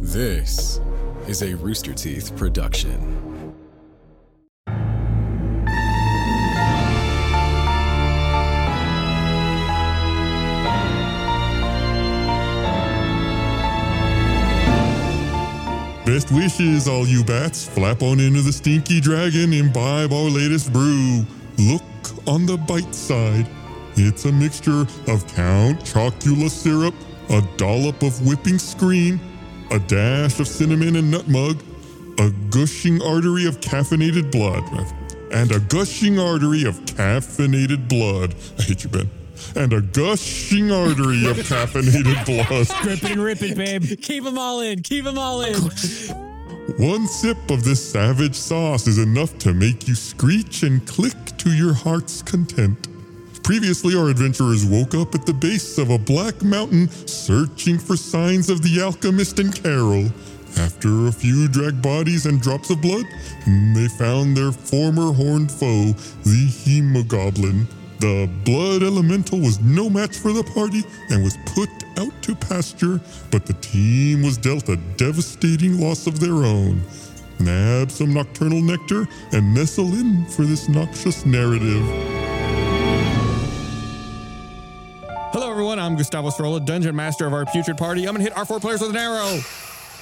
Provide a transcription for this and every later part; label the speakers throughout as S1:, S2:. S1: This is a Rooster Teeth production.
S2: Best wishes, all you bats. Flap on into the stinky dragon, imbibe our latest brew. Look on the bite side. It's a mixture of Count Chocula syrup, a dollop of whipping cream, a dash of cinnamon and nutmeg, a gushing artery of caffeinated blood, and a gushing artery of caffeinated blood. I hate you, Ben. And a gushing artery of caffeinated blood.
S3: Rip it, rip it, babe.
S4: Keep them all in. Keep them all in.
S2: One sip of this savage sauce is enough to make you screech and click to your heart's content. Previously, our adventurers woke up at the base of a black mountain searching for signs of the alchemist and Carol. After a few drag bodies and drops of blood, they found their former horned foe, the Hemogoblin. The blood elemental was no match for the party and was put out to pasture, but the team was dealt a devastating loss of their own. Nab some nocturnal nectar and nestle in for this noxious narrative.
S5: Hello, everyone. I'm Gustavo Srola, dungeon master of our putrid party. I'm gonna hit our four players with an arrow.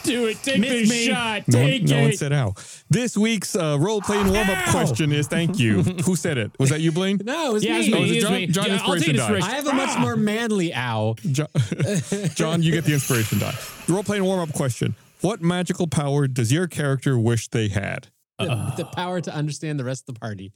S3: Do it. Take
S5: Miss
S3: this
S5: me.
S3: shot.
S5: No one,
S3: Take
S5: no
S3: it. Oh,
S5: one said how. This week's uh, role playing warm up
S3: Ow!
S5: question is thank you. Who said it? Was that you, Blaine?
S4: No, it's
S3: Yeah,
S4: me.
S3: it's me.
S5: Oh, is it
S3: it's
S5: John-
S3: me.
S5: John
S3: yeah, I'll take
S5: Inspiration
S3: this Ah!
S5: die.
S3: first.
S4: I have a much more manly owl.
S5: Jo- John, you get the inspiration die. Role playing warm up question What magical power does your character wish they had? Uh.
S4: The, the power to understand the rest of the party.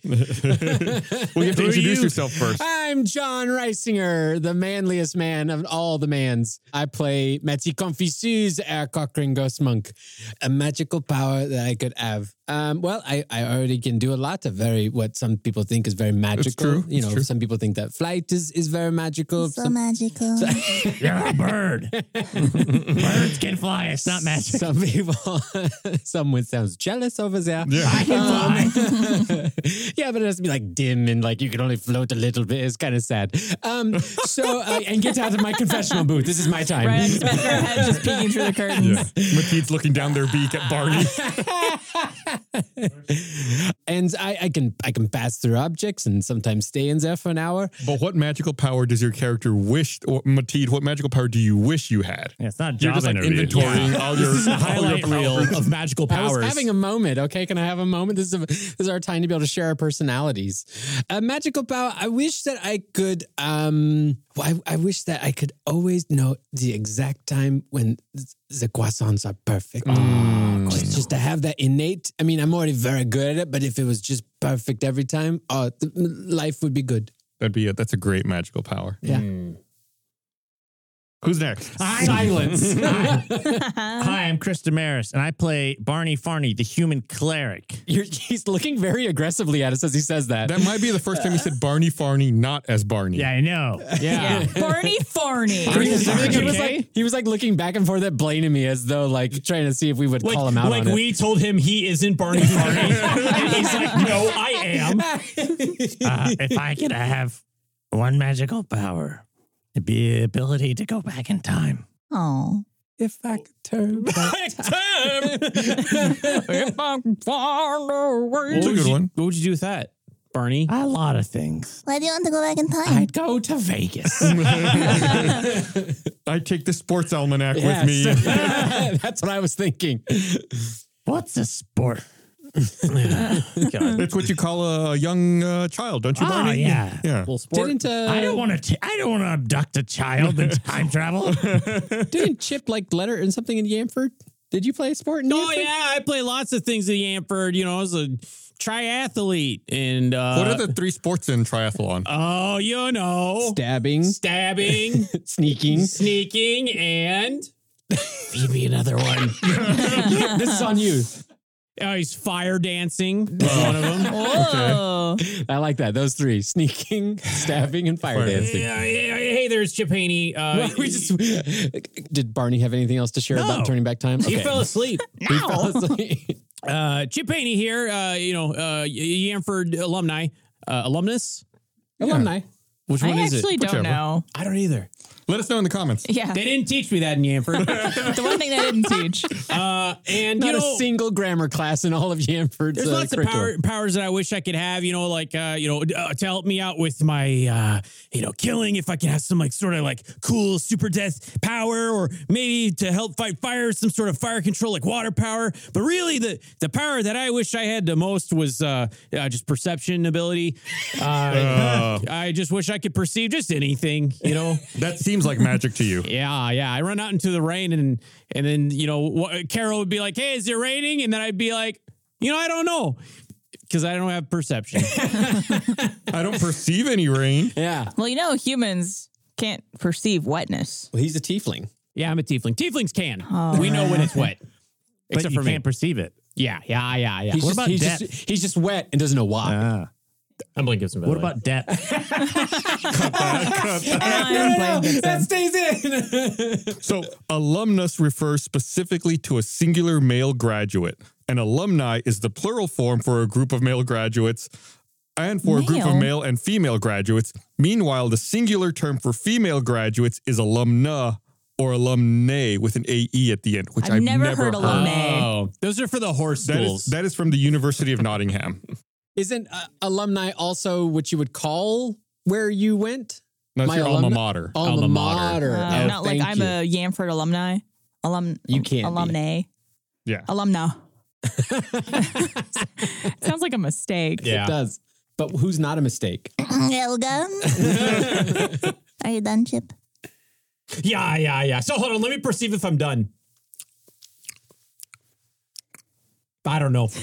S5: Well, you have to
S3: Who are
S5: introduce
S3: you?
S5: yourself first.
S4: I'm John Reisinger, the manliest man of all the mans. I play Matty Confisus, our Cochrane Ghost Monk. A magical power that I could have. Um, well, I, I already can do a lot of very, what some people think is very magical.
S5: true.
S4: You
S5: It's
S4: know,
S5: true.
S4: some people think that flight is, is very magical.
S6: So
S4: Some-
S6: magical.
S3: You're a bird. Birds can fly. It's not magic.
S4: Some people, someone sounds jealous over there.
S2: Yeah. I
S4: Um, yeah, but it has to be like dim and like you can only float a little bit. It's kind of sad. Um, so uh, and get out of my confessional booth. This is my time.
S7: Right, I just met her head just peeking through the curtains.
S5: Mateed's looking down their beak at Barney.
S4: And I, I can I can pass through objects and sometimes stay in there for an hour.
S5: but what magical power does your character wish, or Mateed, what magical power do you wish you had?
S3: Yeah, it's not
S5: You're
S3: job
S5: just like
S3: interview.
S5: inventorying all your,
S3: This is a
S5: all your
S3: highlight reel
S5: powers.
S3: of magical
S4: I
S3: powers.
S4: was having a moment. Okay, can I have a moment? This is a, this is our time to be able to share our personalities. A magical power. I wish that I could. Um, I, I wish that I could always know the exact time when th- the croissants are perfect.
S3: Mm.
S4: Just, just to have that innate. I mean, I'm already very good at it, but if it was just perfect every time, oh, th- life would be good.
S5: That'd be it. That's a great magical power. Mm.
S4: Yeah.
S5: Who's next?
S3: I'm-
S4: Silence.
S3: Hi, I'm Chris Damaris, and I play Barney Farney, the human cleric.
S4: You're, he's looking very aggressively at us as he says that.
S5: That might be the first time you said Barney Farney, not as Barney.
S3: Yeah, I know.
S7: Yeah. Barney Farney.
S4: He was,
S3: Are you
S4: he was
S3: okay?
S4: like he was like looking back and forth at Blaine and me as though like trying to see if we would
S3: Like,
S4: call him out
S3: like
S4: on
S3: we told him he isn't Barney Farney. and he's like, no, I am.
S4: it.
S8: uh, if I could have one magical power, it'd be the ability to go back in time.
S6: Oh.
S4: if I could turn back.
S8: if I'm far away.
S5: It's a good one.
S3: What would you do with that, Barney?
S8: A lot of things.
S6: Why do you want to go back in time?
S4: I'd go to Vegas.
S5: I take the sports almanac
S4: Yes.
S5: with me.
S4: That's what I was thinking.
S8: What's a sport?
S5: It's what you call a young uh, child, don't
S3: Ah,
S5: you,
S8: Oh,
S5: Barney?
S8: yeah.
S5: Yeah.
S3: Little sport.
S4: Didn't uh,
S8: I don't want to. I don't want to abduct a child and time travel.
S4: didn't Chip like letter and something in Yamford? Did you play a sport? In
S7: oh
S4: Yamford?
S7: yeah, I play lots of things at Yamford. You know, I was a triathlete and uh
S5: what are the three sports in triathlon?
S7: Oh, you know.
S4: Stabbing,
S7: stabbing,
S4: sneaking.
S7: sneaking, and feed me another one.
S4: this is on you.
S7: oh, he's fire dancing. was Uh, one of them. Oh.
S4: I like that. Those three: sneaking, stabbing, and fire dancing.
S7: Yeah, yeah, hey, there's Chip Haney. Uh,
S4: we just did. Barney have anything else to share about
S7: No.
S4: turning back time?
S7: he fell asleep.
S4: He fell asleep.
S7: Uh, Chip Haney here, uh, you know, uh, Yamford alumni, uh, alumnus.
S4: Alumni.
S5: Which one
S6: I
S5: is
S6: actually
S5: it?
S6: don't
S5: Whichever.
S6: know.
S3: I don't either.
S5: Let us know in the comments.
S6: Yeah,
S3: They didn't teach me that in Yamford.
S6: the one thing they didn't teach.
S3: uh, and
S4: Not
S3: you know,
S4: a single grammar class in all of Yamford's
S7: There's
S4: uh,
S7: lots of
S4: curriculum.
S7: power, powers that I wish I could have, you know, like, uh, you know, uh, to help me out with my, uh, you know, killing. If I can have some like sort of like cool super death power, or maybe to help fight fire, some sort of fire control, like water power. But really, the the power that I wish I had the most was uh, uh, just perception ability. Uh, I just wish I could perceive just anything, you know.
S5: That seems like magic to you.
S7: Yeah, yeah. I run out into the rain, and and then you know wh- Carol would be like, "Hey, is it raining?" And then I'd be like, "You know, I don't know." Because I don't have perception.
S5: I don't perceive any rain.
S4: Yeah.
S6: Well, you know, humans can't perceive wetness.
S4: Well, he's a tiefling.
S7: yeah, I'm a tiefling. Tieflings can.
S6: Oh,
S7: we know when it's wet.
S3: but
S7: Except
S3: you
S7: for me.
S3: can't perceive it.
S7: yeah, yeah, yeah, yeah.
S4: He's
S3: What
S4: just,
S3: about
S4: he's
S3: death?
S4: just he's just wet and doesn't know why.
S3: Ah.
S7: I'm blinking some.
S3: What about depth?
S6: And I'm playing good sense.
S4: stays in.
S5: So, alumnus refers specifically to a singular male graduate. An alumni is the plural form for a group of male graduates and for a group of
S6: Male?
S5: male and female graduates. Meanwhile, the singular term for female graduates is alumna or alumnae with an AE at the end, which I've,
S6: I've never heard alumnae.
S7: Oh, those are for the horse
S5: That is,
S7: schools.
S5: that is from the University of Nottingham.
S4: Isn't uh, alumni also what you would call where you went?
S5: That's
S4: My
S5: your alma
S4: alumna-
S5: mater.
S4: Alma mater.
S6: Uh,
S4: Oh,
S6: not like
S4: thank
S6: I'm
S4: you.
S6: a Yamford alumni. Alum,
S4: You can't be.
S6: alumnae.
S5: Yeah.
S6: Alumna. Sounds like a mistake.
S4: It does. But who's not a mistake?
S9: Elgum? Are you done, Chip?
S7: yeah, yeah, yeah. So hold on, let me perceive if I'm done. I don't know.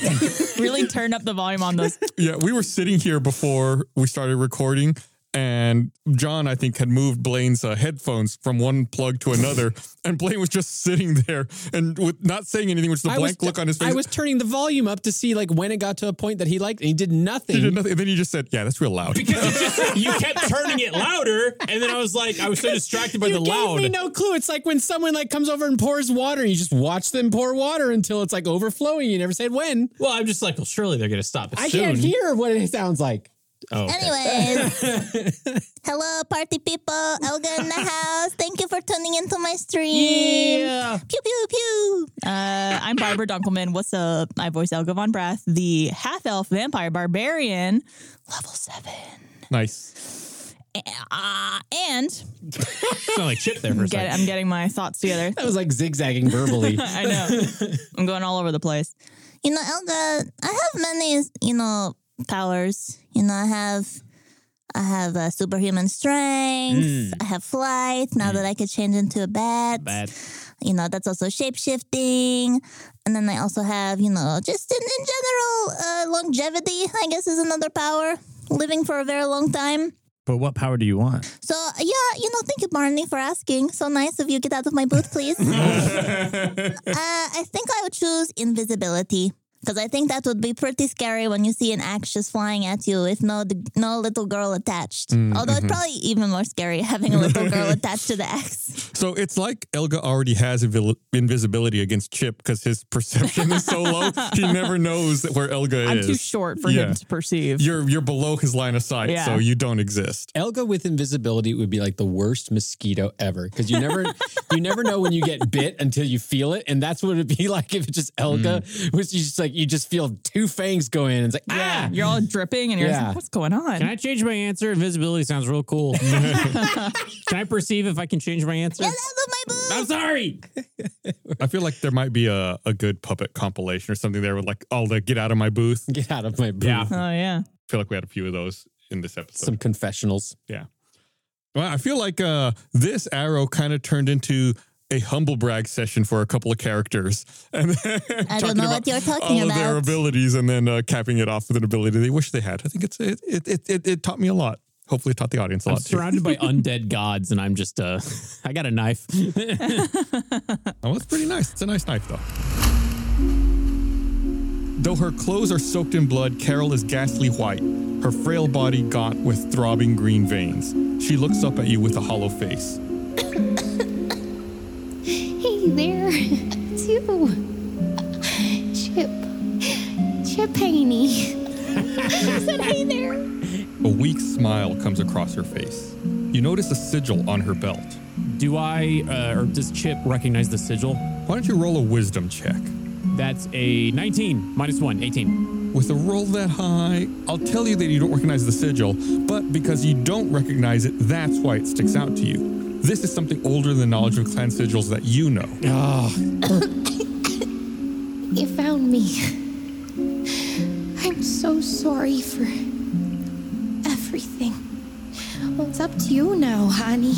S6: Really turn up the volume on those.
S5: Yeah, we were sitting here before we started recording, and John, I think, had moved Blaine's uh, headphones from one plug to another, and Blaine was just sitting there and with not saying anything, which the
S4: I was
S5: blank look on his face.
S4: I was turning the volume up to see like when it got to a point that he liked, and he did nothing.
S5: he did nothing, and then you just said, "Yeah, that's real loud."
S7: because it just, you kept turning it louder, and then I was like, I was so distracted by
S4: you
S7: the
S4: gave
S7: loud.
S4: me no clue. It's like when someone like comes over and pours water, and you just watch them pour water until it's like overflowing. You never said when.
S7: Well, I'm just like, well, surely they're gonna stop it
S4: I
S7: soon.
S4: can't hear what it sounds like. Oh,
S9: Anyways, hello, party people. Elga in the house. Thank you for tuning into my stream. Pew, pew, pew.
S6: Uh, I'm Barbara Dunkelman. What's up? I voice Elga Von Brath, the half elf vampire barbarian, level seven.
S5: nice.
S6: Uh, and
S7: sound like Chip there for a
S6: get,
S7: second.
S6: I'm getting my thoughts together.
S4: That was like zigzagging verbally.
S6: I know. I'm going all over the place.
S9: You know, Elga, I have many, you know, powers. You know, I have. I have uh, superhuman strength. I have flight. Now that I could change into a bat, you know, that's also shape shifting. And then I also have, you know, just in, in general, uh, longevity, I guess, is another power. Living for a very long time.
S3: But what power do you want?
S9: So, yeah, you know, thank you, Barney, for asking. So nice of you. Get out of my booth, please. uh, I think I would choose invisibility. Because I think that would be pretty scary when you see an axe just flying at you with no no little girl attached. Although it's probably even more scary having a little girl attached to the axe.
S5: So it's like Elga already has invil- invisibility against Chip because his perception is so low; he never knows where Elga
S6: I'm
S5: is.
S6: too short for
S5: Yeah.
S6: him to perceive.
S5: You're you're below his line of sight,
S6: Yeah.
S5: so you don't exist.
S4: Elga with invisibility would be like the worst mosquito ever because you never you never know when you get bit until you feel it, and that's what it'd be like if it's just Elga,
S5: Hmm.
S4: which you just like you just feel two fangs go in, and it's like
S6: Yeah,
S4: ah,
S6: you're all dripping and you're just
S4: Yeah.
S6: like, what's going on?
S7: Can I change my answer? Invisibility sounds real cool. can I perceive if I can change my answer?
S9: Get out of my booth!
S7: I'm sorry.
S5: I feel like there might be a, a good puppet compilation or something there with like all the get out of my booth.
S4: get out of my booth.
S7: Yeah.
S6: oh, yeah.
S5: feel like we had a few of those in this episode.
S4: Some confessionals.
S5: well, I feel like uh, this arrow kind of turned into a humble brag session for a couple of characters, and then
S9: I
S5: talking
S9: don't know
S5: about
S9: what you're talking
S5: all of their
S9: about.
S5: abilities, and then uh, capping it off with an ability they wish they had. I think it's it it it, it, it taught me a lot. Hopefully, it taught the audience a
S7: I'm
S5: lot too.
S7: surrounded by undead gods, and I'm just uh, I got a knife.
S5: Oh, that's pretty nice. It's a nice knife, though. Though her clothes are soaked in blood, Carol is ghastly white, her frail body gaunt with throbbing green veins. She looks up at you with a hollow face.
S10: Hey there, it's you, Chip, Chip Haney. I said, hey there.
S5: A weak smile comes across her face. You notice a sigil on her belt.
S7: Do I, uh, or does Chip recognize the sigil?
S5: Why don't you roll a wisdom check?
S7: That's a 19 minus 1, 18.
S5: With a roll that high, I'll tell you that you don't recognize the sigil, but because you don't recognize it, that's why it sticks out to you. This is something older than the knowledge of clan sigils that you know.
S7: Ah,
S10: You found me. I'm so sorry for everything. Well, it's up to you now, honey.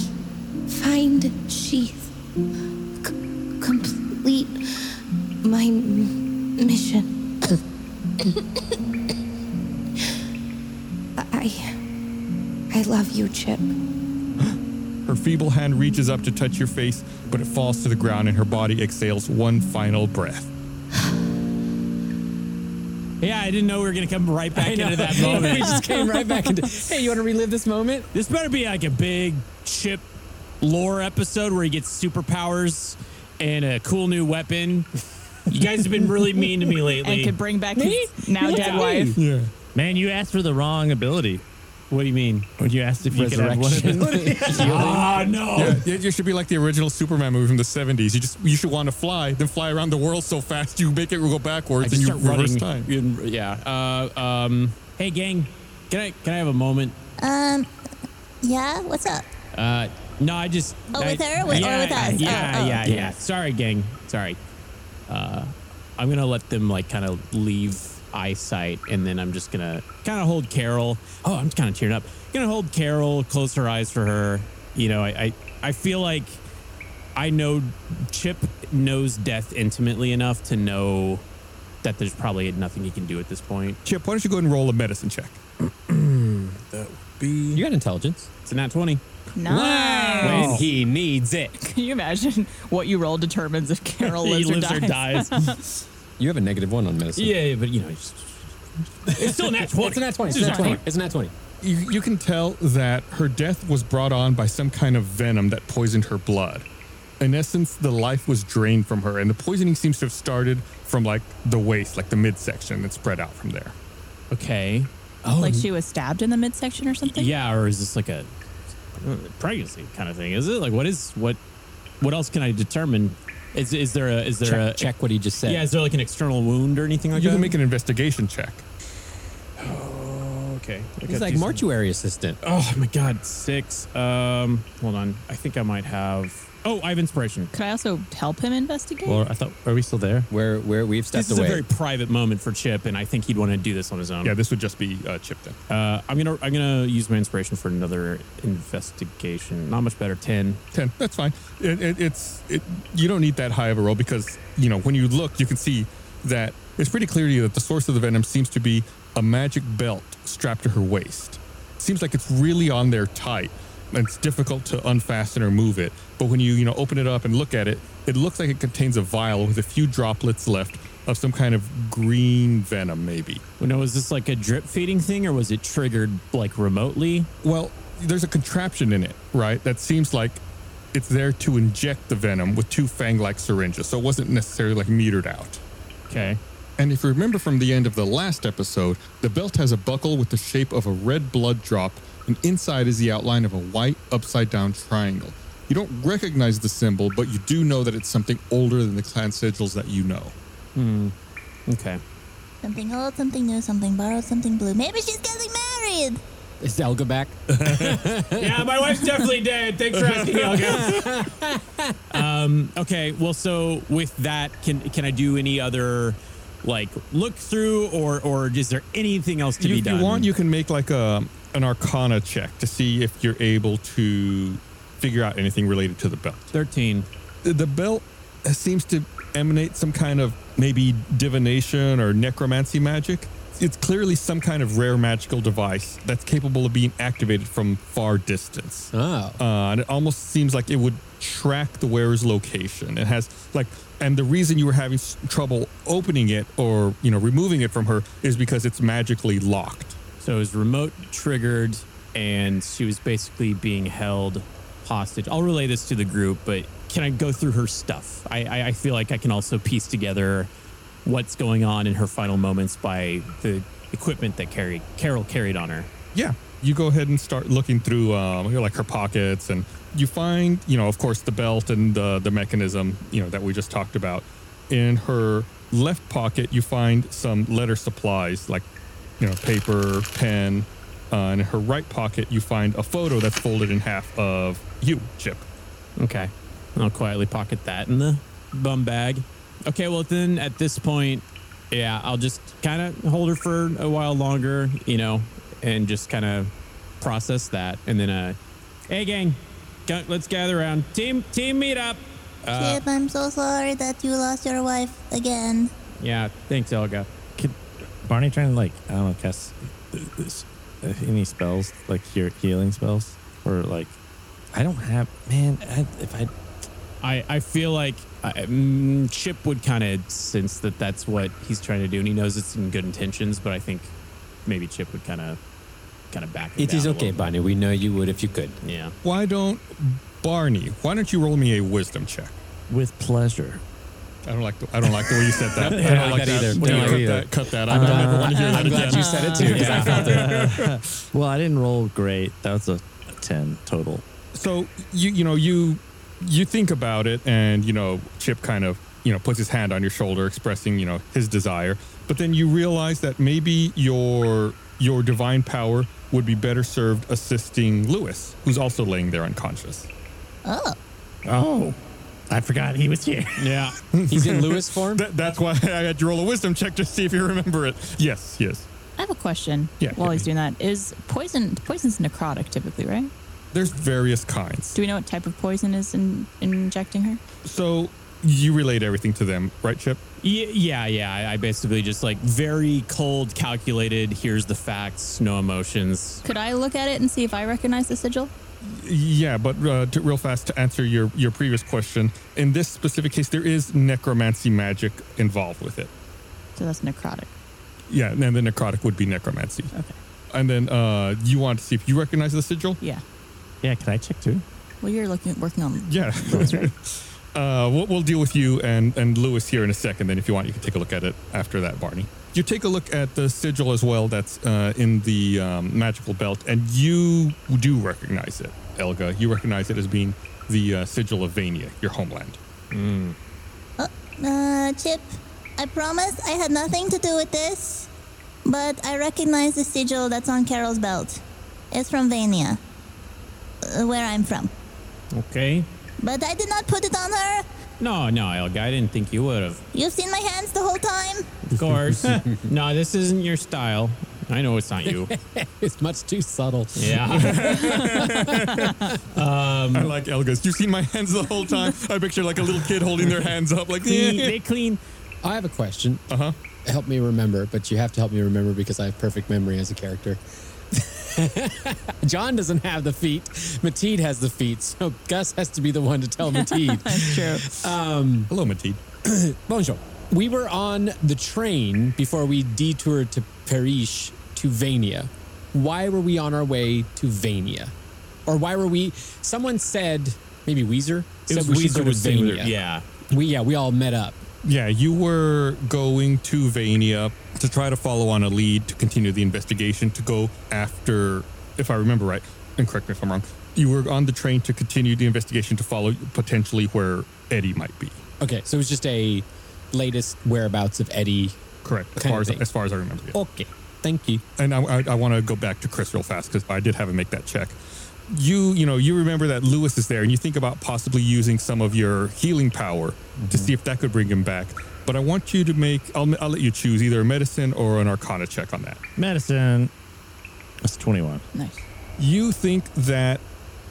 S10: Find Sheath. C- complete my m- mission. I. I love you, Chip.
S5: Her feeble hand reaches up to touch your face, but it falls to the ground and her body exhales one final breath.
S7: yeah, I didn't know we were going to come right back into that moment.
S4: we just came right back into. Hey, you want to relive this moment?
S7: This better be like a big Chip lore episode where he gets superpowers and a cool new weapon. You guys have been really mean to me lately.
S6: and could bring back his now dead wife.
S5: Yeah.
S3: Man, you asked for the wrong ability.
S7: What do you mean?
S3: When you asked if you could have one ability.
S7: Ah, no.
S5: Yeah, yeah, you should be like the original Superman movie from the 70s. You just you should want to fly, then fly around the world so fast you make it go
S7: I
S5: backwards
S7: just
S5: and you
S7: start
S5: reverse
S7: running.
S5: time.
S7: in- yeah. Uh, um, hey, gang. Can I can I have a moment?
S9: Um, yeah, what's up?
S7: Uh, no, I just.
S9: Oh,
S7: I-
S9: with her? With- or
S7: yeah,
S9: with us?
S7: Yeah,
S9: Oh, oh.
S7: yeah, yeah. Sorry, gang. Sorry. Uh, I'm gonna let them like kind of leave eyesight, and then I'm just gonna kind of hold Carol. Oh, I'm just kind of tearing up. Gonna hold Carol, close her eyes for her. You know, I, I, I feel like I know Chip knows death intimately enough to know that there's probably nothing he can do at this point.
S5: Chip, why don't you go ahead and roll a medicine check?
S4: You got intelligence.
S7: It's a nat twenty.
S6: Nice.
S7: When he needs it,
S6: Can you imagine what you roll determines if
S4: Oh.
S6: Carol lives,
S7: he lives or dies.
S4: You have a negative one on medicine.
S7: yeah, yeah, but you know, it's, it's still a nat twenty.
S4: It's an at 20. It's
S7: It's
S4: an at 20. It's an at 20.
S5: You, you can tell that her death was brought on by some kind of venom that poisoned her blood. In essence, the life was drained from her, and the poisoning seems to have started from like the waist, like the midsection, and spread out from there.
S7: Okay. Oh.
S6: like she was stabbed in the midsection or something.
S7: Yeah, or is this like a pregnancy kind of thing? Is it like what is what? What else can I determine? Is is there a is there a
S4: Check, check what he just said.
S7: Yeah, is there like an external wound or anything like
S5: You
S7: that?
S5: can make an investigation check.
S7: Oh, okay. I
S4: He's
S7: got
S4: like
S7: decent-
S4: mortuary assistant.
S7: Oh my god, six. Um, hold on. I think I might have. Oh, I have inspiration. uh,
S6: Could I also help him investigate?
S3: Or I thought, are we still there?
S4: Where where we've stepped
S7: This is
S4: away.
S7: a very private moment for Chip, and I think he'd want to do this on his own.
S5: Yeah, this would just be uh, Chip then.
S7: Uh, I'm gonna I'm gonna use my inspiration for another investigation. Not much better. Ten.
S5: 10 that's fine it, it, it's it, you don't need that high of a roll because you know when you look you can see that it's pretty clear to you that the source of the venom seems to be a magic belt strapped to her waist seems like it's really on there tight and it's difficult to unfasten or move it but when you you know open it up and look at it it looks like it contains a vial with a few droplets left of some kind of green venom maybe
S7: Well, Now, was this like a drip feeding thing, or was it triggered like remotely?
S5: Well, there's a contraption in it, right? That seems like it's there to inject the venom with two fang like syringes. So it wasn't necessarily like metered out.
S7: Okay.
S5: And if you remember from the end of the last episode, the belt has a buckle with the shape of a red blood drop, and inside is the outline of a white upside down triangle. You don't recognize the symbol, but you do know that it's something older than the clan sigils that you know.
S7: Okay.
S9: Something old, something new, something borrowed, something blue. Maybe she's getting married.
S4: Is Elga back?
S7: yeah, my wife's definitely dead. Thanks for asking, Elga. um, okay. Well, so with that, can can I do any other like look through, or or is there anything else to
S5: you,
S7: be
S5: if
S7: done?
S5: you want, you can make like a an arcana check to see if you're able to figure out anything related to the belt.
S7: thirteen.
S5: the belt seems to emanate some kind of maybe divination or necromancy magic. It's clearly some kind of rare magical device that's capable of being activated from far distance.
S4: Oh.
S5: Uh, and it almost seems like it would track the wearer's location. It has like, and the reason you were having s- trouble opening it or you know removing it from her is because it's magically locked.
S7: So it was remote triggered, and she was basically being held hostage. I'll relay this to the group, but can I go through her stuff? I, I, I feel like I can also piece together what's going on in her final moments by the equipment that Carrie, Carol carried on her.
S5: Yeah. You go ahead and start looking through, um, you know, like her pockets, and you find, you know, of course, the belt and the the mechanism, you know, that we just talked about. In her left pocket, you find some letter supplies, like, you know, paper, pen. Uh, and in her right pocket, you find a photo that's folded in half of you, Chip.
S7: Okay. I'll quietly pocket that in the bum bag. Okay, well, then at this point, yeah, I'll just kind of hold her for a while longer, you know, and just kind of process that. And then, uh, hey, gang, g- let's gather around. Team, team meet up. Uh,
S9: Chip, I'm so sorry that you lost your wife again.
S7: yeah, thanks, Elga.
S8: Could Barney trying to like I don't know cast uh, s- uh, any spells like hear healing spells or like I don't have man I, if I
S7: I, I feel like I, mm, Chip would kind of sense that that's what he's trying to do, and he knows it's in good intentions. But I think maybe Chip would kind of kind of back. Him
S4: It
S7: down
S4: is
S7: a
S4: okay,
S7: little.
S4: Bonnie. We know you would if you could.
S7: Yeah.
S5: Why don't Barney? Why don't you roll me a wisdom check?
S8: with pleasure.
S5: I don't like the, I don't like the way you said that.
S4: Yeah,
S5: I
S4: I
S5: don't like
S4: like that
S5: that
S4: either.
S5: We're
S4: Don't
S5: gonna
S4: like either.
S5: Cut that. Cut that. I don't ever want to hear that
S4: I'm
S5: again.
S4: glad you said it too, because I felt Oh,
S8: Uh, well, I didn't roll great. That was a, a ten total.
S5: so you you know you you think about it and you know chip kind of you know puts his hand on your shoulder expressing you know his desire but then you realize that maybe your your divine power would be better served assisting lewis who's also laying there unconscious
S9: Oh,
S8: Oh, I forgot he was here.
S7: Yeah.
S4: He's in Lewis form.
S5: That- that's why i had to roll a wisdom check to see if you remember it yes yes
S6: I have a question.
S5: Yeah,
S6: While
S5: hit
S6: he's
S5: me.
S6: doing that, is poison poison's necrotic typically, right?
S5: there's various kinds
S6: Do we know what type of poison is in, injecting her?
S5: so you relate everything to them right chip
S7: Y- Yeah, yeah. I- I basically just like very cold, calculated. Here's the facts, no emotions.
S6: Could I look at it and see if I recognize the sigil?
S5: Yeah, but uh, to, real fast to answer your, your previous question, in this specific case, there is necromancy magic involved with it.
S6: So that's necrotic.
S5: Yeah, and then the necrotic would be necromancy.
S6: Okay.
S5: And then uh, you want to see if you recognize the sigil?
S6: Yeah.
S8: Yeah, can I check too?
S6: Well, you're looking working on.
S5: Yeah. uh, we'll, we'll deal with you and, and Lewis here in a second. Then, if you want, you can take a look at it after that, Barney. You take a look at the sigil as well that's uh, in the um, magical belt, and you do recognize it, Elga. You recognize it as being the uh, sigil of Vania, your homeland.
S9: uh, Chip, I promise I had nothing to do with this, but I recognize the sigil that's on Carol's belt. It's from Vania, uh, where I'm from.
S7: Okay.
S9: But I did not put it on her.
S7: No, no, Elga. I didn't think you would have.
S9: You've seen my hands the whole time.
S7: Of course. no, this isn't your style. I know it's not you.
S4: It's much too subtle.
S7: Yeah.
S5: I like Elgas. You've seen my hands the whole time. I picture like a little kid holding their hands up, like
S7: Clean-
S5: "Eh."
S7: they clean.
S4: I have a question.
S5: Uh
S7: Uh-huh.
S5: huh.
S4: Help me remember, but you have to help me remember because I have perfect memory as a character. John doesn't have the feet. Mateed has the feet, so Gus has to be the one to tell Mateed.
S6: That's true.
S5: Hello, Mateed.
S4: Bonjour. We were on the train before we detoured to Paris to Vania. Why were we on our way to Vania? Or why were we? Someone said, maybe Weezer,
S7: It
S4: said
S7: was
S4: we should
S7: Weezer
S4: go to
S7: was saying
S4: Vania.
S7: that- Yeah.
S4: We, yeah, we all met up.
S5: Yeah, you were going to Vania to try to follow on a lead to continue the investigation to go after, if I remember right, and correct me if I'm wrong. You were on the train to continue the investigation to follow potentially where Eddie might be.
S4: Okay, so it was just a latest whereabouts of Eddie.
S5: Correct. As
S4: Kind
S5: far
S4: of
S5: as,
S4: thing.
S5: as far as I remember. yeah.
S4: Okay, thank you.
S5: and I, I, I want to go back to Chris real fast because I did have him make that check. You, you know, you remember that Lewis is there, and you think about possibly using some of your healing power to see if that could bring him back. But I want you to make. I'll, I'll let you choose either a medicine or an Arcana check on that.
S8: Medicine. That's twenty-one.
S6: nice.
S5: You think that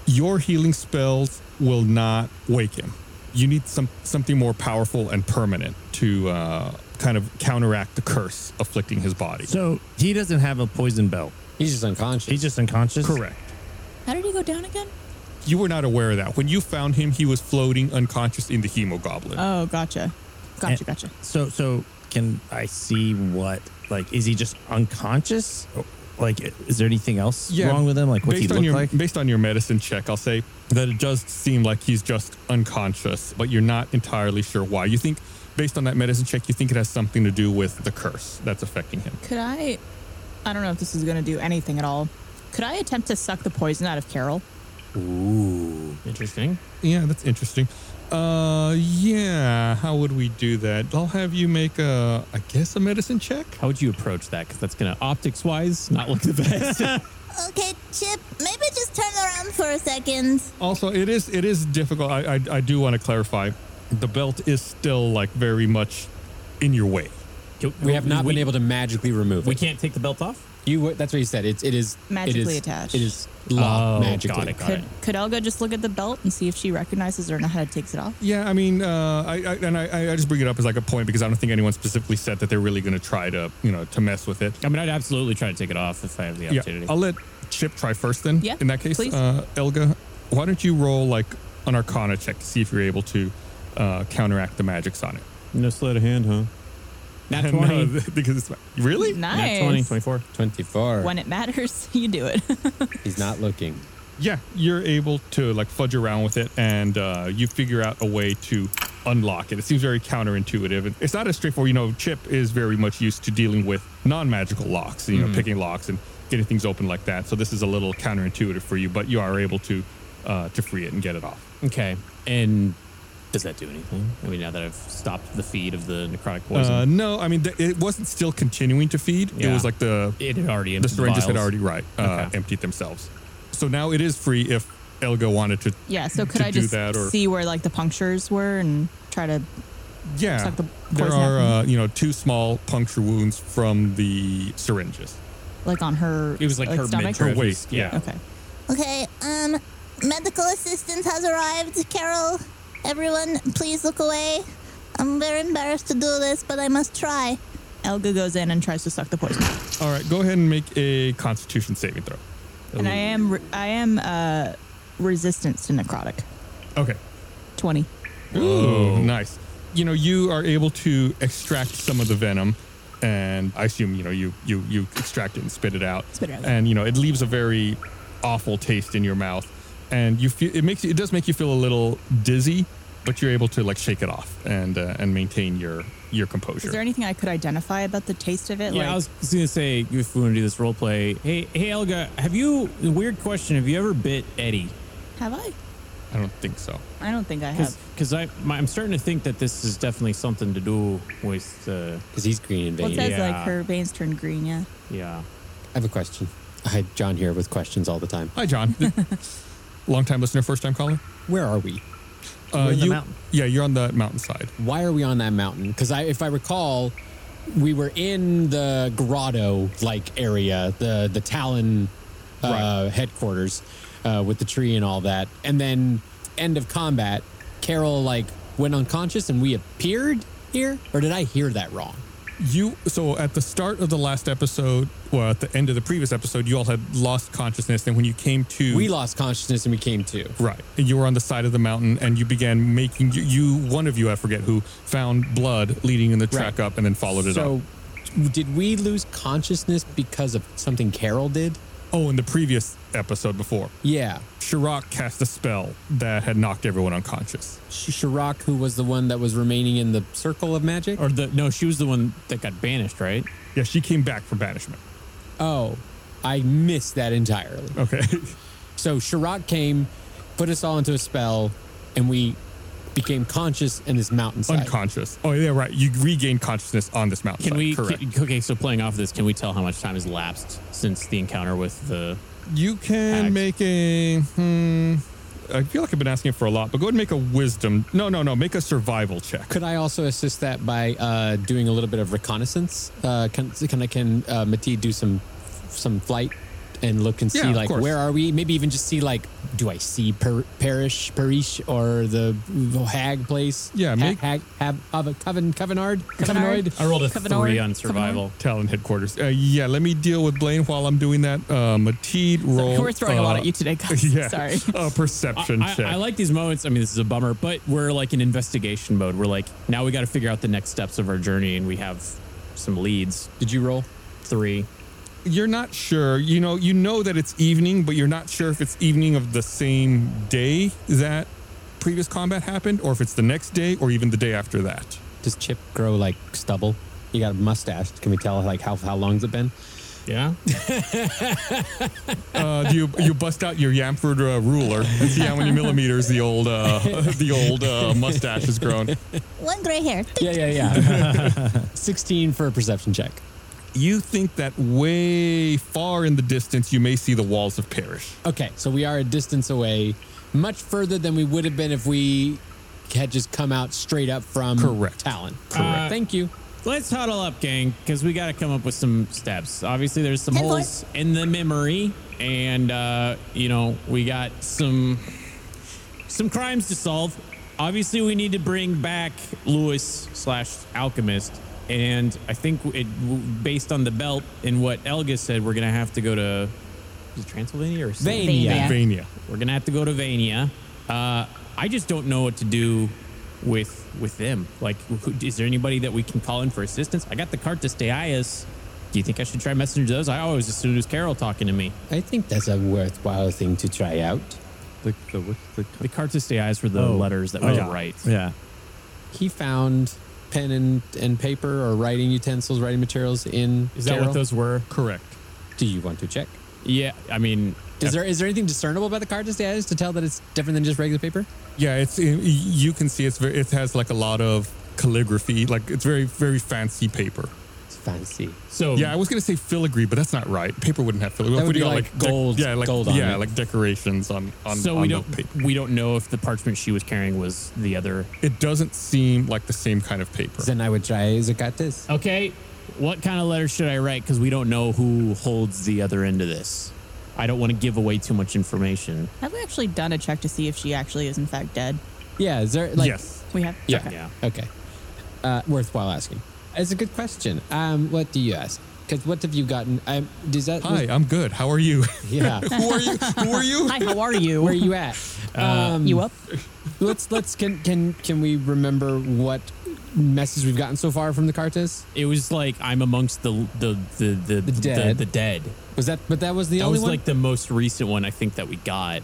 S5: your healing spells will not wake him. You need some something more powerful and permanent to uh, kind of counteract the curse afflicting his body.
S8: So he doesn't have a poison belt.
S4: He's just unconscious.
S8: He's just unconscious.
S5: Correct.
S6: How did he go down again?
S5: You were not aware of that. When you found him, he was floating unconscious in the hemogoblin.
S6: Oh, gotcha. Gotcha,
S8: And-
S6: gotcha.
S8: So so can I see what like is he just unconscious? Like is there anything else wrong with him? Like what's he
S5: based on
S8: look
S5: your,
S8: like?
S5: Based on your medicine check, I'll say that it does seem like he's just unconscious, but you're not entirely sure why. You think, based on that medicine check, you think it has something to do with the curse that's affecting him.
S6: Could I? I don't know if this is going to do anything at all, Could I attempt to suck the poison out of Carol?
S5: Ooh.
S7: Interesting.
S5: Yeah, that's interesting. Uh, yeah. How would we do that? I'll have you make a, I guess, a medicine check.
S7: How would you approach that? Because that's gonna optics wise not look the best.
S9: Okay, Chip, maybe just turn around for a second.
S5: Also, it is it is difficult. I I, I do want to clarify. The belt is still like very much in your way.
S4: We have not been able to magically remove it.
S7: we can't take the belt off.
S4: You were- that's what you said. It's it is it
S6: Magically
S4: is-
S6: attached.
S4: It is locked
S5: Oh,
S4: magically.
S5: got it, got
S6: Could could Elga just look at the belt and see if she recognizes it or not how to takes it off?
S5: Yeah, I mean, uh, I, I and I, I just bring it up as like a point because I don't think anyone specifically said that they're really going to try to you know to mess with it.
S7: I mean, I'd absolutely try to take it off if I have the
S5: Yeah,
S7: opportunity.
S5: I'll let Chip try first then.
S6: Yeah,
S5: In that case,
S6: please.
S5: Uh, Elga, why don't you roll like an Arcana check to see if you're able to uh, counteract the magics on it?
S8: No sleight of hand, huh?
S7: Nat
S5: No,
S7: 20.
S5: because it's really
S6: Nice.
S7: 24.
S4: 24.
S6: When it matters, you do it.
S4: He's not looking.
S5: yeah, you're able to like fudge around with it and uh, you figure out a way to unlock it. It seems very counterintuitive. It- It's not as straightforward. You know, Chip is very much used to dealing with non-magical locks, you know, picking locks and getting things open like that. So this is a little counterintuitive for you, but you are able to uh, to free it and get it off.
S7: Okay. And does that do anything? I mean, now that I've stopped the feed of the necrotic poison,
S5: Uh, no, I mean th- it wasn't still continuing to feed. It
S7: Yeah.
S5: was like the
S7: it had already
S5: the
S7: emptied
S5: syringes had
S7: vials.
S5: already right uh,
S7: Okay.
S5: emptied themselves. So now it is free if Elga wanted to.
S6: yeah. So could
S5: To
S6: I
S5: do
S6: just
S5: that or-
S6: see where like the punctures were and try to?
S5: Yeah,
S6: Suck the
S5: there
S6: poison
S5: are
S6: out.
S5: uh, you know two small puncture wounds from the syringes.
S6: like on her.
S7: It was like her
S6: stomach.
S7: midriff.
S5: Her waist, yeah.
S6: Okay.
S9: Okay, um, medical assistance has arrived. Carol, everyone, please look away. I'm very embarrassed to do this, but I must try.
S6: Elga goes in and tries to suck the poison.
S5: All right, go ahead and make a Constitution saving throw.
S6: And I am re- I am uh resistance to necrotic.
S5: Okay.
S6: Twenty.
S5: Ooh, nice. You know, you are able to extract some of the venom, and I assume you know you you you extract it and spit it out.
S6: Spit it out.
S5: And you know, it leaves a very awful taste in your mouth, and you feel it makes you- it does make you feel a little dizzy, but you're able to like shake it off and uh, and maintain your your composure.
S6: Is there anything I could identify about the taste of it?
S7: Yeah, I
S6: like,
S7: was gonna say if we want to do this role play. Hey, hey, Elga, have you? Weird question. Have you ever bit Eddie?
S6: have I?
S5: I don't think so.
S6: I don't think I have.
S7: Because I, my, I'm starting to think that this is definitely something to do with. Uh,
S4: Because he's green and
S6: Well, it
S4: veiny.
S6: says like
S7: Yeah.
S6: her veins turn green. Yeah.
S7: yeah.
S4: I have a question. Hi, John here with questions all the time.
S5: Hi, John. Long time listener, first time caller.
S4: Where are we?
S5: Uh,
S8: in the
S5: you-
S8: mountain.
S5: Yeah, you're on the mountainside.
S4: Why are we on that mountain? Because I, if I recall, we were in the grotto like area, the the Talon uh, headquarters uh, with the tree and all that, and then end of combat, Carol like went unconscious and we appeared here, or did I hear that wrong?
S5: You so at the start of the last episode, or at the end of the previous episode, you all had lost consciousness, and when you came to
S4: We lost consciousness and we came to.
S5: right, and you were on the side of the mountain, and you began making you, you one of you I forget who found blood leading in the track
S4: Right.
S5: up, and then followed it
S4: so,
S5: up.
S4: did we lose consciousness because of something Carol did?
S5: Oh, in the previous episode before,
S4: Yeah.
S5: Shirok cast a spell that had knocked everyone unconscious.
S4: Sh- Shirak, who was the one that was remaining in the circle of magic?
S7: Or the no, she was the one that got banished, right?
S5: Yeah, she came back from banishment.
S4: oh, I missed that entirely.
S5: Okay,
S4: So Shirak came, put us all into a spell, and we became conscious in this mountainside.
S5: unconscious. Oh yeah, right. You regained consciousness on this mountain.
S7: Can we?
S5: Correct.
S7: can- okay, so playing off of this, can we tell how much time has lapsed since the encounter with the?
S5: You can
S7: Axe.
S5: make a. Hmm, I feel like I've been asking for a lot, but go ahead and make a wisdom. No, no, no. Make a survival check.
S4: Could I also assist that by uh, doing a little bit of reconnaissance? Uh, can can I can uh, Mati do some some flight and look and see
S5: Yeah, of
S4: like
S5: course.
S4: where are we? Maybe even just see like do I see per- Parish Parish or the, the Hag place?
S5: Yeah,
S4: Ha-
S5: make-
S4: Hag have, have a coven Covenard
S6: Covenard?
S4: Covenoid.
S7: I rolled a
S6: Covenor-
S7: three on survival.
S5: Talon headquarters. Uh, yeah, let me deal with Blaine while I'm doing that. Uh, Mateed roll.
S6: We're throwing a lot
S5: uh,
S6: at you today, guys.
S5: Yeah,
S6: Sorry.
S5: A perception
S7: I,
S5: check.
S7: I, I like these moments. I mean, this is a bummer, but we're like in investigation mode. We're like, now we got to figure out the next steps of our journey, and we have some leads.
S4: Did you roll?
S7: Three.
S5: you're not sure. You know, you know that it's evening, but you're not sure if it's evening of the same day that previous combat happened, or if it's the next day, or even the day after that.
S4: Does Chip grow like stubble? You got a mustache. Can we tell like how how long's it been? Yeah.
S5: Uh, do you you bust out your Yamford uh, ruler and see how many millimeters the old uh, the old uh, mustache has grown?
S9: One gray hair.
S4: Yeah, yeah, yeah. 16 for a perception check.
S5: You think that way far in the distance you may see the walls of Parish.
S4: Okay, so we are a distance away, much further than we would have been if we had just come out straight up from
S5: Correct.
S4: Talon.
S7: Correct.
S4: Thank you.
S7: Let's huddle up, gang, because we got to come up with some steps. Obviously, there's some
S4: Ten
S7: holes in the memory, and uh, you know we got some some crimes to solve. Obviously, we need to bring back Lewis slash Alchemist, and I think it based on the belt and what Elga said, we're gonna have to go to is it Transylvania or something?
S4: Vania. Vania.
S7: We're gonna have to go to Vania. Uh, I just don't know what to do with with them. Like, who, is there anybody that we can call in for assistance? I got the cart to Staias. Do you think I should try messaging those? I always assumed it was Carol talking to me.
S4: I think that's a worthwhile thing to try out.
S7: The the the, the cart to Staias were the
S4: Oh.
S7: letters that
S4: Oh,
S7: we
S4: yeah.
S7: write.
S4: Yeah. He found pen and, and paper or writing utensils, writing materials in.
S7: Is that what
S4: Carol.
S7: those were?
S5: Correct.
S4: Do you want to check?
S7: Yeah, I mean,
S4: Is there is there anything discernible about the card to status to tell that it's different than just regular paper?
S5: Yeah, it's you can see it's very, it has like a lot of calligraphy, like it's very very fancy paper.
S4: It's fancy.
S7: So
S5: yeah, I was gonna say filigree, but that's not right. Paper wouldn't have filigree.
S7: That
S5: What
S7: would
S5: do
S7: be
S5: you got,
S7: like
S5: dec-
S7: gold-
S5: yeah, like
S7: gold on
S5: yeah,
S7: it.
S5: like decorations on on.
S7: so
S5: on
S7: we
S5: the
S7: don't
S5: paper.
S7: we don't know if the parchment she was carrying was the other.
S5: It doesn't seem like the same kind of paper.
S4: Then I would try Zagatis.
S7: Okay, what kind of letter should I write? Because we don't know who holds the other end of this. I don't want to give away too much information.
S6: Have we actually done a check to see if she actually is in fact dead?
S4: Yeah, is there like
S6: We have.
S4: Yeah.
S6: Okay.
S4: Okay. Uh, worthwhile asking. It's a good question. Um, what do you ask? Because what have you gotten? Um, does that?
S5: Hi, I'm good. How are you?
S4: Yeah.
S5: Who are you? Who are you?
S6: Hi, how are you?
S4: Where are you at? Um,
S6: Uh, you up?
S4: let's let's can can can we remember what message we've gotten so far from the Cartas?
S7: It was like I'm amongst the the the the, the
S4: dead.
S7: The, dead.
S4: Was that? But that was the
S7: that
S4: only
S7: was
S4: one?
S7: like the most recent one I think that we got,